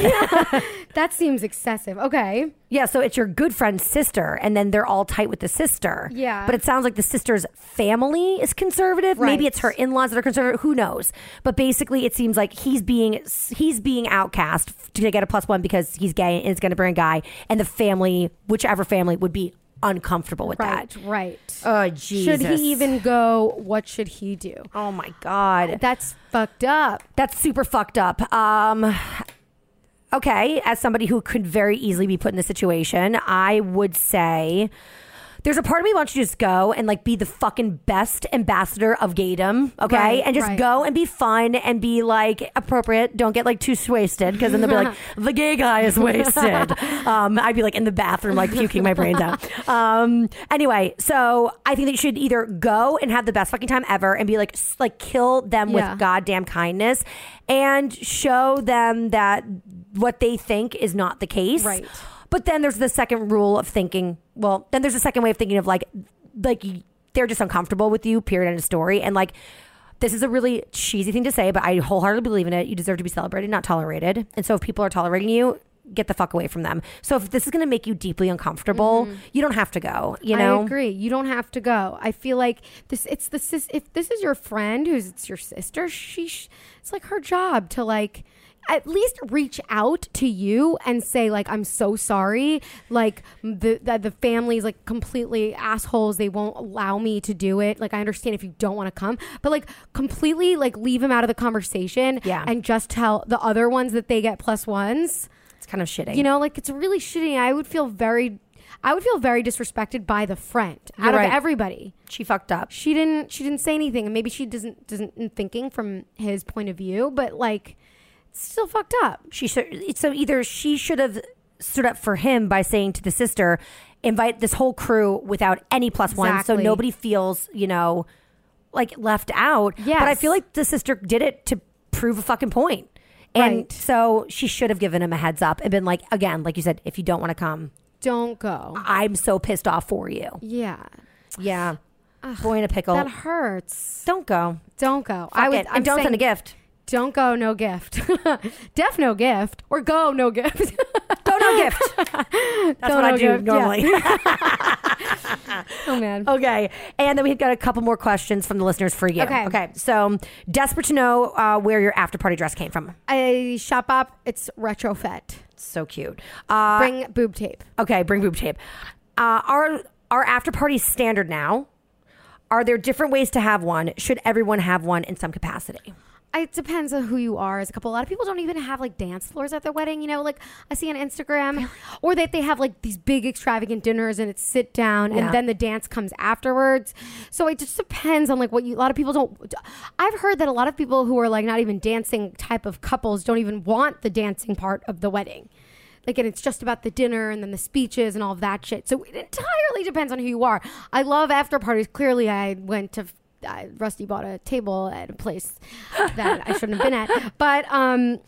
Speaker 3: That seems excessive. Okay,
Speaker 2: <laughs> Yeah, so it's your good friend's sister, and then they're all tight with the sister.
Speaker 3: Yeah.
Speaker 2: But it sounds like the sister's family is conservative. Maybe
Speaker 3: Right.
Speaker 2: it's her in-laws that are conservative. Who knows? But basically, it seems like he's being he's being outcast to get a plus one because he's gay and it's going to bring a guy, and the family, whichever family, would be uncomfortable with
Speaker 3: right,
Speaker 2: that.
Speaker 3: right.
Speaker 2: Oh Jesus!
Speaker 3: should he even go? What should he do?
Speaker 2: Oh my God!
Speaker 3: That's fucked up.
Speaker 2: That's super fucked up. Um, okay, as somebody who could very easily be put in this situation, I would say there's a part of me wants you to just go and like be the fucking best ambassador of gaydom, okay?
Speaker 3: Right,
Speaker 2: and just
Speaker 3: right.
Speaker 2: go and be fun and be like appropriate. Don't get like too wasted because then they'll be like, the gay guy is wasted. um, I'd be like in the bathroom, like puking my brains out. Um, anyway, so I think that you should either go and have the best fucking time ever and be like, s- like kill them
Speaker 3: Yeah.
Speaker 2: with goddamn kindness and show them that what they think is not the case.
Speaker 3: Right.
Speaker 2: But then there's the second rule of thinking. Well, then there's a second way of thinking of like, like y- they're just uncomfortable with you. Period. End of story. And like, this is a really cheesy thing to say, but I wholeheartedly believe in it. You deserve to be celebrated, not tolerated. And so if people are tolerating you, get the fuck away from them. So if this is going to make you deeply uncomfortable, you don't have to go. You know.
Speaker 3: Mm-hmm. I agree. You don't have to go. I feel like this. It's the sis. If this is your friend, who's it's your sister, she. Sh- it's like her job to like at least reach out to you and say like I'm so sorry. Like the the, the family's like completely assholes. They won't allow me to do it. Like I understand if you don't want to come, but like completely like leave him out of the conversation.
Speaker 2: Yeah.
Speaker 3: and just tell the other ones that they get plus ones
Speaker 2: It's kind of shitty.
Speaker 3: you know like it's really shitty i would feel very i would feel very disrespected by the friend
Speaker 2: You're
Speaker 3: out
Speaker 2: right.
Speaker 3: of everybody
Speaker 2: she fucked up.
Speaker 3: she didn't she didn't say anything and maybe she doesn't doesn't in thinking from his point of view but like it's It's still fucked up.
Speaker 2: She should. So either she should have stood up for him by saying to the sister, invite this whole crew without any plus one, so
Speaker 3: Exactly.
Speaker 2: nobody feels you know like left out.
Speaker 3: Yes.
Speaker 2: But I feel like the sister did it to prove a fucking point. And
Speaker 3: Right.
Speaker 2: so she should have given him a heads up and been like, again, like you said, if you don't want to come,
Speaker 3: Don't go.
Speaker 2: I'm so pissed off for you.
Speaker 3: Yeah.
Speaker 2: Yeah. Boy in a pickle.
Speaker 3: That hurts.
Speaker 2: don't go.
Speaker 3: Don't go.
Speaker 2: Fuck it. and don't
Speaker 3: saying
Speaker 2: send a gift.
Speaker 3: Don't go, no gift. <laughs> Def, no gift. Or go, no gift. <laughs>
Speaker 2: Go no gift. That's what I
Speaker 3: no
Speaker 2: do
Speaker 3: gift, yeah.
Speaker 2: normally.
Speaker 3: oh, man.
Speaker 2: Okay. And then we've got a couple more questions from the listeners for you.
Speaker 3: Okay.
Speaker 2: Okay. So um, desperate to know uh, where your after party dress came from.
Speaker 3: I shop up. It's retrofit.
Speaker 2: So cute. Uh,
Speaker 3: Bring boob tape.
Speaker 2: okay. Bring boob tape. Uh, our our after party standard now. Are there different ways to have one? Should everyone have one in some capacity?
Speaker 3: I- It depends on who you are as a couple. A lot of people don't even have like dance floors at their wedding. You know, like I see on Instagram, or that they have like these big extravagant dinners and it's sit down
Speaker 2: Yeah.
Speaker 3: and then the dance comes afterwards. So it just depends on like what you. A lot of people don't. I've heard that a lot of people who are like not even dancing type of couples don't even want the dancing part of the wedding. Like, and it's just about the dinner and then the speeches and all of that shit. So it entirely depends on who you are. I love after parties. Clearly, I went to. I, Rusty bought a table at
Speaker 2: <laughs>
Speaker 3: a place that I shouldn't have been at. But um,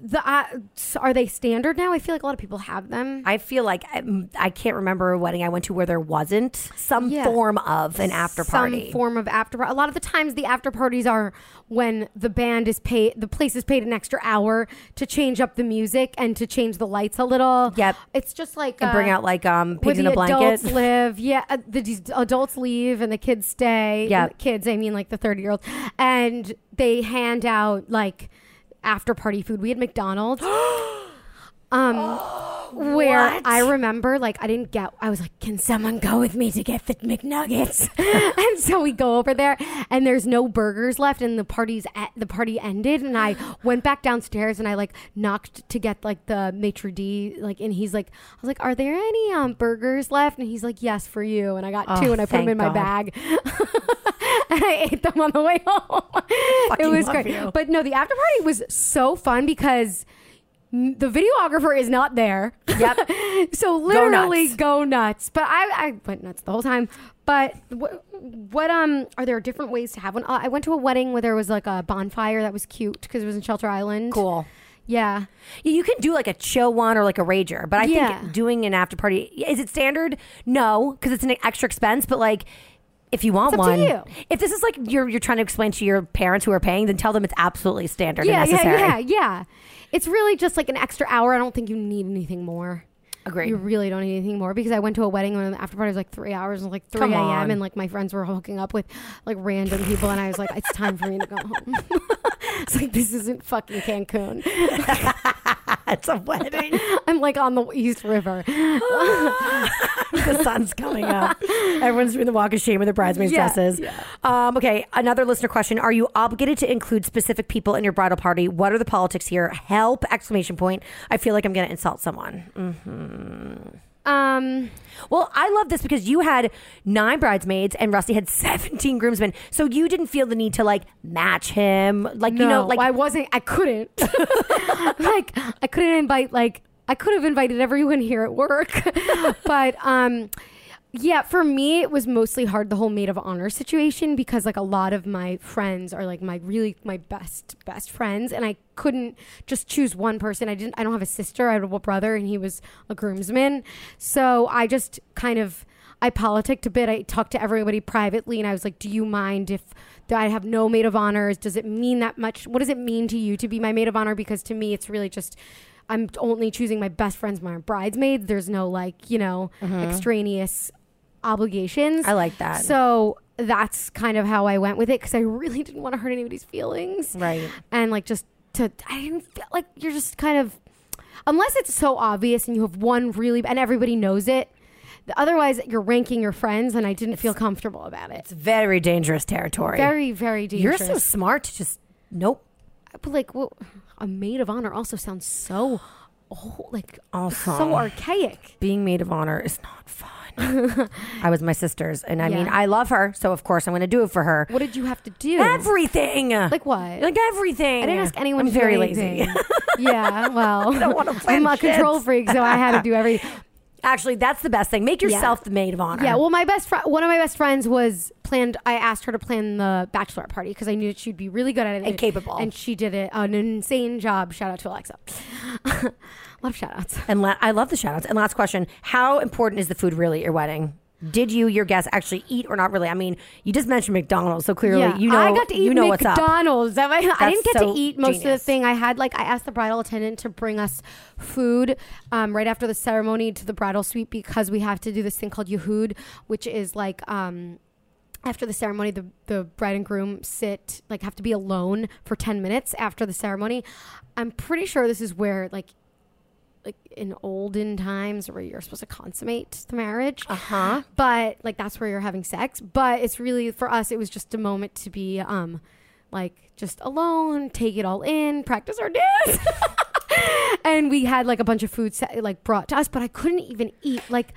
Speaker 3: the uh, s- are they standard now? I feel like a lot of people have them.
Speaker 2: I feel like I, I can't remember a wedding I went to where there wasn't some
Speaker 3: Yeah.
Speaker 2: form of an after party.
Speaker 3: Some form of after party. A lot of the times, the after parties are when the band is paid, the place is paid an extra hour to change up the music and to change the lights a little.
Speaker 2: Yep.
Speaker 3: it's just like
Speaker 2: and bring
Speaker 3: uh,
Speaker 2: out like um
Speaker 3: where
Speaker 2: pigs in a
Speaker 3: the
Speaker 2: blanket.
Speaker 3: adults live. Yeah, uh, the these adults leave and the kids stay.
Speaker 2: Yeah.
Speaker 3: And the kids. I mean, like the thirty-year-olds, and they hand out like after-party food. We had McDonald's.
Speaker 2: <gasps>
Speaker 3: Um, where
Speaker 2: what?
Speaker 3: I remember, like, I didn't get. I was like, "Can someone go with me to get the McNuggets?" <laughs> and so we go over there, and there's no burgers left, and the party's at, the party ended, and I went back downstairs, and I like knocked to get like the maitre d, like, and he's like, "I was like, are there any um burgers left?" And he's like, "Yes, for you." And I got
Speaker 2: Oh,
Speaker 3: two, and I put them
Speaker 2: thank
Speaker 3: in my
Speaker 2: God.
Speaker 3: bag. <laughs> and I ate them on the way home.
Speaker 2: <laughs> Fucking
Speaker 3: it was
Speaker 2: love
Speaker 3: great,
Speaker 2: you.
Speaker 3: but no, the after party was so fun because the videographer is not there.
Speaker 2: Yep.
Speaker 3: <laughs> so literally
Speaker 2: nuts.
Speaker 3: go nuts. But I, I went nuts the whole time. But what, what um are there different ways to have one? Uh, I went to a wedding where there was like a bonfire that was cute because it was in Shelter Island.
Speaker 2: cool.
Speaker 3: Yeah.
Speaker 2: Yeah, You can do like a chill one or like a rager, but I
Speaker 3: Yeah.
Speaker 2: think doing an after party is it standard? No, because it's an extra expense. But like, if you want
Speaker 3: It's up to
Speaker 2: one,
Speaker 3: you.
Speaker 2: if this is like you're you're trying to explain to your parents who are paying, then tell them it's absolutely standard
Speaker 3: Yeah,
Speaker 2: and necessary.
Speaker 3: yeah, yeah, yeah. It's really just like an extra hour. I don't think you need anything more.
Speaker 2: Agreed.
Speaker 3: You really don't need anything more because I went to a wedding and the after party was like three hours and it was like
Speaker 2: Come
Speaker 3: three a.m.
Speaker 2: on.
Speaker 3: and like my friends were hooking up with like random people and I was like, it's time for me to go home. <laughs> it's like this isn't fucking Cancun.
Speaker 2: That's a
Speaker 3: <laughs>
Speaker 2: wedding. <laughs>
Speaker 3: I'm like on the East River.
Speaker 2: the sun's coming up. Everyone's doing the walk of shame with their bridesmaids
Speaker 3: Yeah,
Speaker 2: dresses. Um, okay, another listener question: Are you obligated to include specific people in your bridal party? What are the politics here? Help! Exclamation point! I feel like I'm going to insult someone.
Speaker 3: Um,
Speaker 2: Well, I love this because you had nine bridesmaids and Rusty had <laughs> 17 groomsmen. So you didn't feel the need to like match him. Like, you know, like,
Speaker 3: I wasn't, I couldn't. <laughs> like, I couldn't invite, like, I could have invited everyone here at work. <laughs> but, um, yeah, for me, it was mostly hard the whole maid of honor situation because, like, a lot of my friends are like my really my best best friends, and I couldn't just choose one person. I didn't. I don't have a sister. I have a brother, and he was a groomsman, so I just kind of I politicked a bit. I talked to everybody privately, and I was like, "Do you mind if I have no maid of honors? Does it mean that much? What does it mean to you to be my maid of honor? Because to me, it's really just." I'm only choosing my best friends, my bridesmaids. There's no like, you know, extraneous obligations.
Speaker 2: Mm-hmm. I like that.
Speaker 3: So that's kind of how I went with it because I really didn't want to hurt anybody's feelings.
Speaker 2: Right.
Speaker 3: And like just to, I didn't feel like you're just kind of, unless it's so obvious and you have one really, and everybody knows it. Otherwise, you're ranking your friends, and I didn't feel comfortable about it.
Speaker 2: it's very dangerous territory.
Speaker 3: Very, very dangerous.
Speaker 2: You're so smart to just, nope.
Speaker 3: But like, well, a maid of honor also sounds so <gasps> oh, like
Speaker 2: Awesome.
Speaker 3: so archaic.
Speaker 2: being maid of honor is not fun.
Speaker 3: <laughs>
Speaker 2: I was my sister's, and I mean,
Speaker 3: Yeah.
Speaker 2: I love her, so of course I'm going to do it for her.
Speaker 3: What did you have to do?
Speaker 2: Everything.
Speaker 3: like what?
Speaker 2: Like everything.
Speaker 3: I didn't ask anyone.
Speaker 2: I'm
Speaker 3: to do
Speaker 2: very
Speaker 3: anything.
Speaker 2: lazy. <laughs>
Speaker 3: yeah, well, I
Speaker 2: don't
Speaker 3: <laughs>
Speaker 2: wanna
Speaker 3: am
Speaker 2: plan
Speaker 3: a control
Speaker 2: shits.
Speaker 3: freak, so I had to
Speaker 2: <laughs>
Speaker 3: do everything.
Speaker 2: Actually, that's the best thing. Make yourself the maid of honor.
Speaker 3: Yeah, well, my best friend, one of my best friends was planned. I asked her to plan the bachelorette party because I knew that she'd be really good at it
Speaker 2: And capable.
Speaker 3: and she did it an insane job. Shout out to Alexa. <laughs> Love shout outs.
Speaker 2: and la- I love the shout outs. And last question How important is the food really at your wedding? Did you, your guests, actually eat or not really? I mean, you just mentioned McDonald's, so clearly you know
Speaker 3: I got to eat
Speaker 2: you know what's up.
Speaker 3: McDonald's. That was- <laughs> I
Speaker 2: That's
Speaker 3: didn't get
Speaker 2: so
Speaker 3: to eat most of the
Speaker 2: genius.
Speaker 3: thing. I had like I asked the bridal attendant to bring us food um, right after the ceremony to the bridal suite because we have to do this thing called Yehud, which is like. Um, after the ceremony, the, the bride and groom sit, like, have to be alone for 10 minutes after the ceremony. I'm pretty sure this is where, like, like in olden times where you're supposed to consummate the marriage. Uh huh. But like that's where you're having sex. But it's really for us, it was just a moment to be um like just alone, take it all in, practice our dance. <laughs> and we had like a bunch of food set, like brought to us, but I couldn't even eat like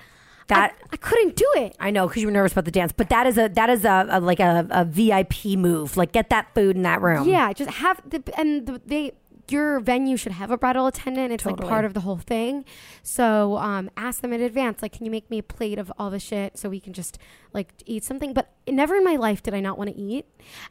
Speaker 2: That-
Speaker 3: I, I couldn't do it.
Speaker 2: I know because you were nervous about the dance, but that is a that is a, a like a, a VIP move. Like get that food in that room.
Speaker 3: Yeah, just have the and the, they your venue should have a bridal attendant. It's
Speaker 2: Totally.
Speaker 3: like part of the whole thing. So um, ask them in advance, like, can you make me a plate of all the shit so we can just like eat something? But never in my life did I not want to eat,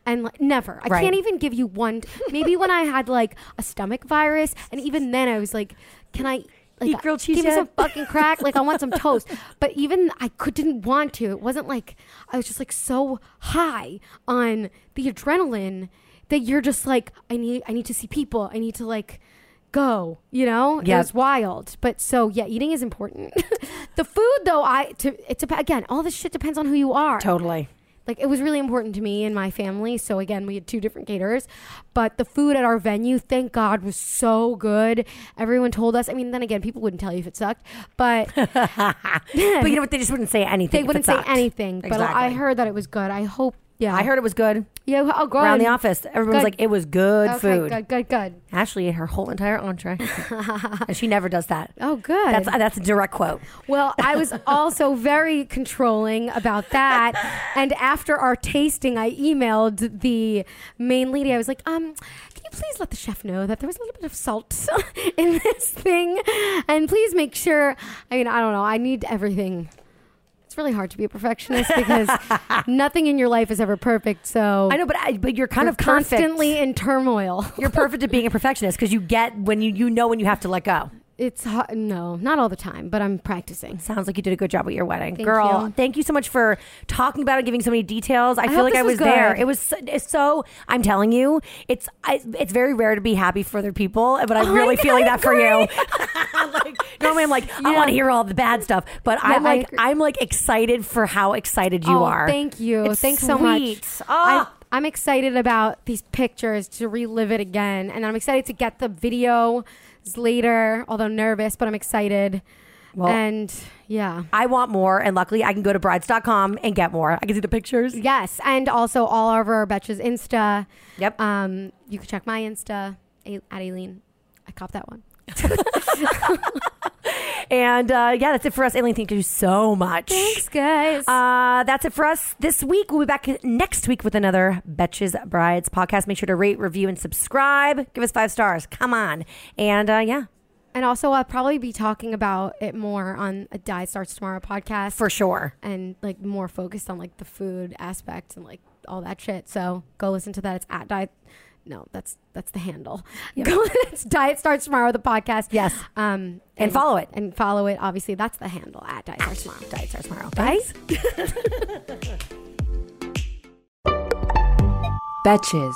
Speaker 3: and like, never. I
Speaker 2: Right.
Speaker 3: can't even give you one. Maybe when I had like a stomach virus, and even then I was like, can I? Like,
Speaker 2: Eat grilled cheese
Speaker 3: Give me
Speaker 2: yet?
Speaker 3: some fucking crack. Like I want some toast. But even I could didn't want to. It wasn't like I was just like so high on the adrenaline that you're just like I need I need to see people. I need to like go. You know,
Speaker 2: Yeah.
Speaker 3: it was wild. But so yeah, eating is important. <laughs> the food though, I to it's again all this shit depends on who you are. <laughs>
Speaker 2: totally.
Speaker 3: Like it was really important to me and my family. So again, we had two different caterers, but the food at our venue, thank God, was so good. Everyone told us. I mean, then again, people wouldn't tell you if it sucked, but
Speaker 2: But you know what? They just wouldn't say anything. if
Speaker 3: they
Speaker 2: it
Speaker 3: wouldn't say
Speaker 2: sucked.
Speaker 3: anything. But I
Speaker 2: Exactly.
Speaker 3: heard that it was good. I hope. Yeah,
Speaker 2: I heard it was good
Speaker 3: Yeah, oh, good.
Speaker 2: around the office. Everyone's
Speaker 3: Good.
Speaker 2: like, it was good
Speaker 3: Okay,
Speaker 2: food.
Speaker 3: good, good, good.
Speaker 2: Ashley ate her whole entire
Speaker 3: <laughs>
Speaker 2: entree, and she never does that.
Speaker 3: Oh, good.
Speaker 2: That's that's a direct quote.
Speaker 3: Well,
Speaker 2: <laughs>
Speaker 3: I was also very controlling about that. And after our tasting, I emailed the main lady. I was like, um, can you please let the chef know that there was a little bit of salt <laughs> in this thing? And please make sure, I mean, I don't know, I need everything. It's really hard to be a perfectionist
Speaker 2: <laughs>
Speaker 3: because nothing in your life is ever perfect. So
Speaker 2: I know, but I, but you're kind
Speaker 3: you're
Speaker 2: of perfect.
Speaker 3: constantly in turmoil. <laughs>
Speaker 2: You're perfect at being a perfectionist because you get when you you know when you have to let go.
Speaker 3: It's hard. No, not all the time, but I'm practicing.
Speaker 2: Sounds like you did a good job at your wedding,
Speaker 3: Thank
Speaker 2: girl.
Speaker 3: you.
Speaker 2: Thank you so much for talking about it, giving so many details. I, feel
Speaker 3: hope
Speaker 2: like
Speaker 3: this
Speaker 2: I was,
Speaker 3: was good.
Speaker 2: there. It was so, it's so. I'm telling you, it's I, it's very rare to be happy for other people, but I'm
Speaker 3: Oh,
Speaker 2: really
Speaker 3: I
Speaker 2: feeling that for you.
Speaker 3: agree.
Speaker 2: <laughs> like, normally, I'm like I want to hear all the bad stuff, but I'm
Speaker 3: I
Speaker 2: like
Speaker 3: agree.
Speaker 2: I'm like excited for how excited you
Speaker 3: Oh,
Speaker 2: are.
Speaker 3: Thank you.
Speaker 2: It's
Speaker 3: Thanks so
Speaker 2: sweet.
Speaker 3: much.
Speaker 2: Ah.
Speaker 3: I, I'm excited about these pictures to relive it again, and I'm excited to get the videos later. Although nervous, but I'm excited.
Speaker 2: Well-
Speaker 3: and yeah.
Speaker 2: I want more, and luckily I can go to brides.com and get more. I can see the pictures.
Speaker 3: Yes, and also all of our Betches Insta.
Speaker 2: Yep.
Speaker 3: Um, you can check my Insta A- at Aileen. I copped that one.
Speaker 2: And uh, yeah, that's it for us. Aileen, thank you so much.
Speaker 3: Thanks, guys.
Speaker 2: Uh, that's it for us this week. We'll be back next week with another Betches Brides podcast. Make sure to rate, review, and subscribe. Give us five stars. Come on. And uh, yeah,
Speaker 3: and also, I'll probably be talking about it more on a Die Starts Tomorrow podcast.
Speaker 2: for sure.
Speaker 3: and like more focused on like the food aspect and like all that shit. So go listen to that. It's at diet. No, that's that's the handle. Go, <laughs> it's diet starts tomorrow. The podcast.
Speaker 2: Yes.
Speaker 3: Um,
Speaker 2: And follow it.
Speaker 3: And follow it. Obviously, that's the handle at diet starts tomorrow.
Speaker 2: Diet starts tomorrow.
Speaker 3: Bye.
Speaker 5: Betches.